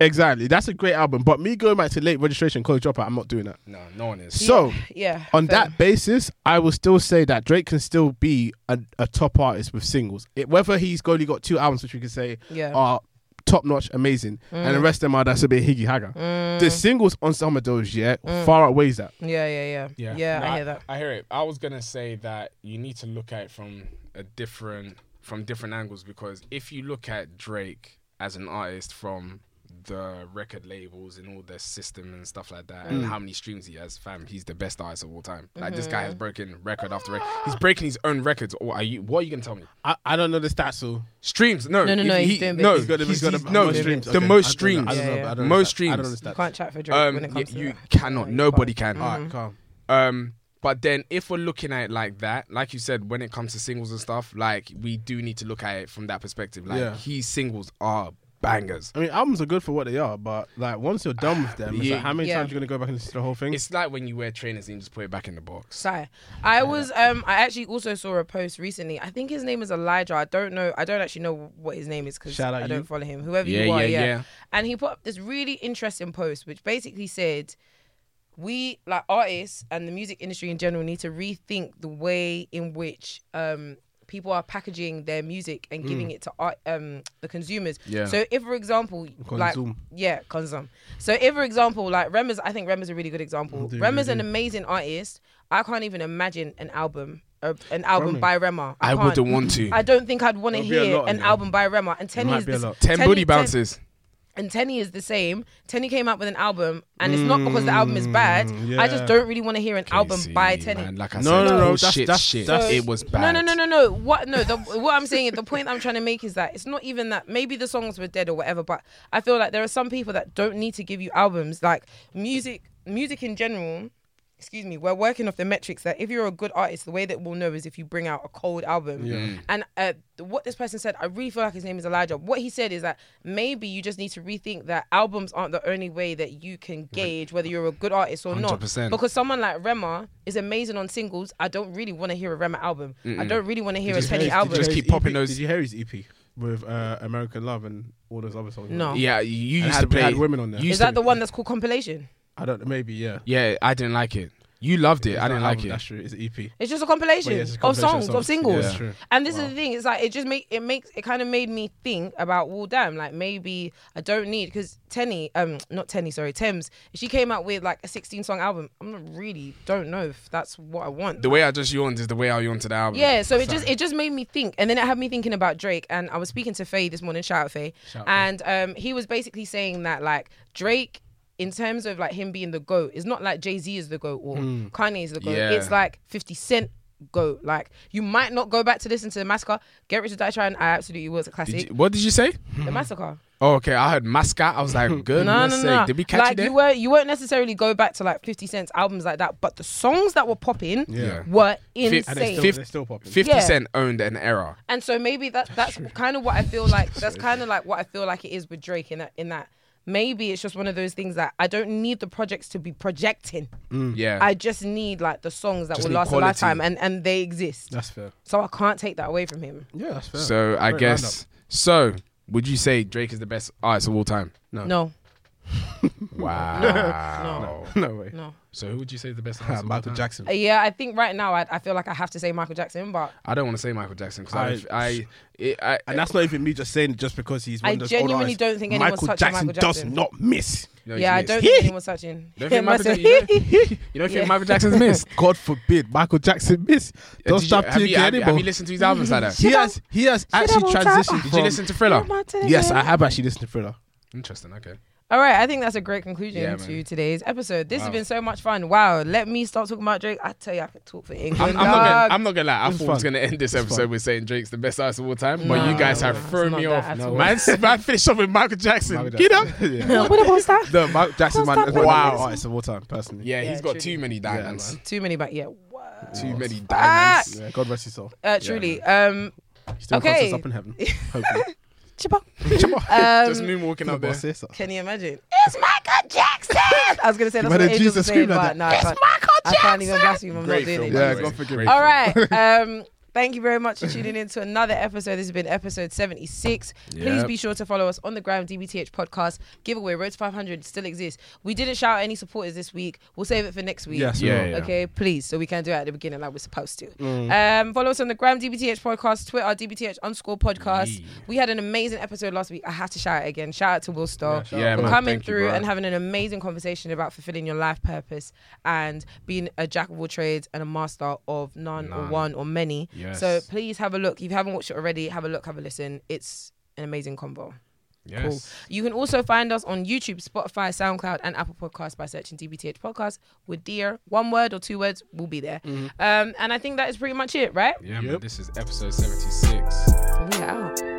Exactly, that's a great album. But me going back to late registration, college dropout, I'm not doing that. no, no one is. So Yeah. on fair. that basis, I will still say that Drake can still be a, a top artist with singles. It, whether he's only got two albums, which we can say Yeah. Mm. are top notch, amazing, and the rest of them are that's a bit higgy hagger. The singles on some of those, yeah, Mm. far outweighs that. Yeah, yeah, yeah. Yeah, I hear that. I hear it. I was gonna say that you need to look at it from a different from different angles because if you look at Drake as an artist from the record labels and all their system and stuff like that, Mm. and how many streams he has, fam, he's the best artist of all time. Like this Mm-hmm. guy has broken record after record. He's breaking his own records. What are you? What are you gonna tell me? I, I don't know the stats, so Streams? No, No, no, if no, He, he's doing big. no, He's got the- he's he's- got the no, most streams. The Okay, most I don't streams. know- I don't know Yeah, about- yeah. I don't know Most about- I don't streams. know You the stats. can't chat for Drake Um, when it y- comes to you that. Mm-hmm. cannot. Yeah, you Nobody can't. can. All right, calm. Um, but then if we're looking at it like that, like you said, when it comes to singles and stuff, like we do need to look at it from that perspective. Like Yeah. his singles are bangers. I mean, albums are good for what they are, but like once you're done with them, it's Yeah. like, how many Yeah. times you gonna go back and listen to the whole thing? It's like when you wear trainers and you just put it back in the box. Sigh. I was um I actually also saw a post recently. I think his name is Elijah. I don't know. I don't actually know what his name is because Shout out I don't you. follow him. Whoever Yeah, you are, yeah, yeah, yeah. And he put up this really interesting post which basically said we like artists and the music industry in general need to rethink the way in which um people are packaging their music and giving it to art, um the consumers. Yeah. So if for example like Consume. yeah, consume. So if for example like Rema's I think Rema's a really good example. Rema's an amazing artist. I can't even imagine an album a, an album by Rema. I can't. wouldn't want to. I don't think I'd want to There'll be a hear lot an in there. album by Rema. And Tenny might is be a this, lot. Ten booty Tenny- bounces. and Tenny is the same. Tenny came out with an album, and it's not because the album is bad. I just Mm, yeah. don't really want to hear an album by See, Tenny. man, like I No, said, no, no, no, that's- shit, that's- shit. that's- it was bad. No, no, no, no, no. What? No. The, what I'm saying, the point I'm trying to make is that it's not even that. Maybe the songs were dead or whatever, but I feel like there are some people that don't need to give you albums. Like music, music in general. Excuse me. We're working off the metrics that if you're a good artist, the way that we'll know is if you bring out a cold album. Mm. And uh, what this person said, I really feel like his name is Elijah. What he said is that maybe you just need to rethink that albums aren't the only way that you can gauge whether you're a good artist or 100%. not. Because because someone like Rema is amazing on singles. I don't really want to hear a Rema album. I don't really want to hear a Teddy album. just Did keep you popping hear those- his EP? Did you hear his EP with uh, American Love and all those other songs? No. Yeah, you used had- to we play. had women on there. you Is used that to- the one that's called compilation? I don't. know, Maybe yeah. Yeah, I didn't like it. You loved it. I didn't like it. That's true. It's E an EP. It's just a compilation, Well, yeah, it's a of compilation songs, of of songs. singles. Yeah. True. And this is the thing. It's like it just make it makes it kind of made me think about well, damn, like maybe I don't need because Tenny, um, not Tenny, sorry, Thames. If she came out with like a 16 song album, I'm not really don't know if that's what I want. The way I just yawned is the way I yawned to the album. Yeah, so it just it just made me think, and then it had me thinking about Drake. And I was speaking to Faye this morning, shout out Faye, and um, he was basically saying that like Drake, in terms of like him being the goat, is not like Jay Z is the goat or Kanye is the goat. Yeah. It's like Fifty Cent goat. Like you might not go back to listen to the massacre. Get Rich or Die Trying. I absolutely was a Did classic. you- what did you say? The massacre. Oh, okay. I heard mascot. I was like, good. No, no, no. Did we catch like it there? you were you won't necessarily go back to like Fifty Cent's albums like that, but the songs that were popping Yeah. were and insane. it's And they still, Fifth- they're still popping. 50 Yeah. Cent owned an era. And so maybe that that's kind of what I feel like. That's kind of like what I feel like it is with Drake in that in that maybe it's just one of those things that I don't need the projects to be projecting. Mm. Yeah. I just need like the songs that Just will need last quality. a lifetime and and they exist. That's fair. So I can't take that away from him. Yeah, that's fair. so I Great guess. So would you say Drake is the best artist of all time? No. No. Wow. No way. No. So who would you say is the best? Ah, dancer of all Michael time? Jackson. Uh, yeah, I think right now I, I feel like I have to say Michael Jackson, but I don't want to say Michael Jackson because I, I- I, it, I, And that's not even me just saying it just because he's one I of those older genuinely artists. don't think anyone's Michael touching Jackson Michael Jackson. does not miss. no, he's yeah, I missed. don't think anyone's touching. Don't think Michael Mercy. Jackson- you don't- You don't think Yeah. Michael Jackson's missed? God forbid Michael Jackson miss. Uh, Don't did you- stop have, you, taking have, you- have anymore. you listened to his albums like that? He has he has actually double tap? transitioned. Did you from- listen to Thriller? Yes, I have actually listened to Thriller. Interesting. Okay. All right, I think that's a great conclusion Yeah, to man. today's episode. This Wow. has been so much fun. Wow, let me start talking about Drake. I tell you, I could talk for England. I'm, I'm not gonna, dog. I'm not gonna lie. I It's thought I was fun. gonna end this It's episode fun. with saying Drake's the best artist of all time, but you No, guys have it's thrown not me that off. at all. Man, man finished off with Michael Jackson. Michael Get up. Jackson. Yeah. what about that? No, Michael Jackson's my Don't stop one Wow. wow. artist of all time, personally. Yeah, he's Yeah, got truly. too many diamonds. man. Too many, but yeah. Wow. too many diamonds. Yeah, God rest his soul. Uh, truly. Um, He still Okay. okay. us up in heaven. Hopefully. Chipper. Come Um, Just moonwalking up there. on. Can you imagine? It's Michael Jackson. I was gonna say that's what made a angels Jesus are saying, scream like that. but no, I can't. I can't even blaspheme. I'm Great not film, doing it. by the Yeah, way. God forgive Great me. film. All right. Um, thank you very much for tuning in to another episode. This has been episode 76. Please Yep. be sure to follow us on the gram DBTH podcast. Giveaway Road to 500 still exists. We didn't shout out any supporters this week. We'll save it for next week. Yes, we Yeah, will. yeah. Mm. Okay, please. So we can do it at the beginning like we're supposed to. Um, follow us on the gram DBTH podcast, Twitter DBTH underscore podcast. Yeah. We had an amazing episode last week. I have to shout out again. Shout out to Will Stoll shout Yeah, for man, coming thank you, through bro. and having an amazing conversation about fulfilling your life purpose and being a jack of all trades and a master of none, or None. one or many. Yes. So please have a look. If you haven't watched it already, have a look, have a listen. It's an amazing combo. Cool. Yes. You can also find us on YouTube, Spotify, SoundCloud, and Apple Podcasts by searching DBTH Podcast with dear one word or two words. We'll be there. Um, and I think that is pretty much it, right? Yeah, man. Yep. This is episode 76. We are out.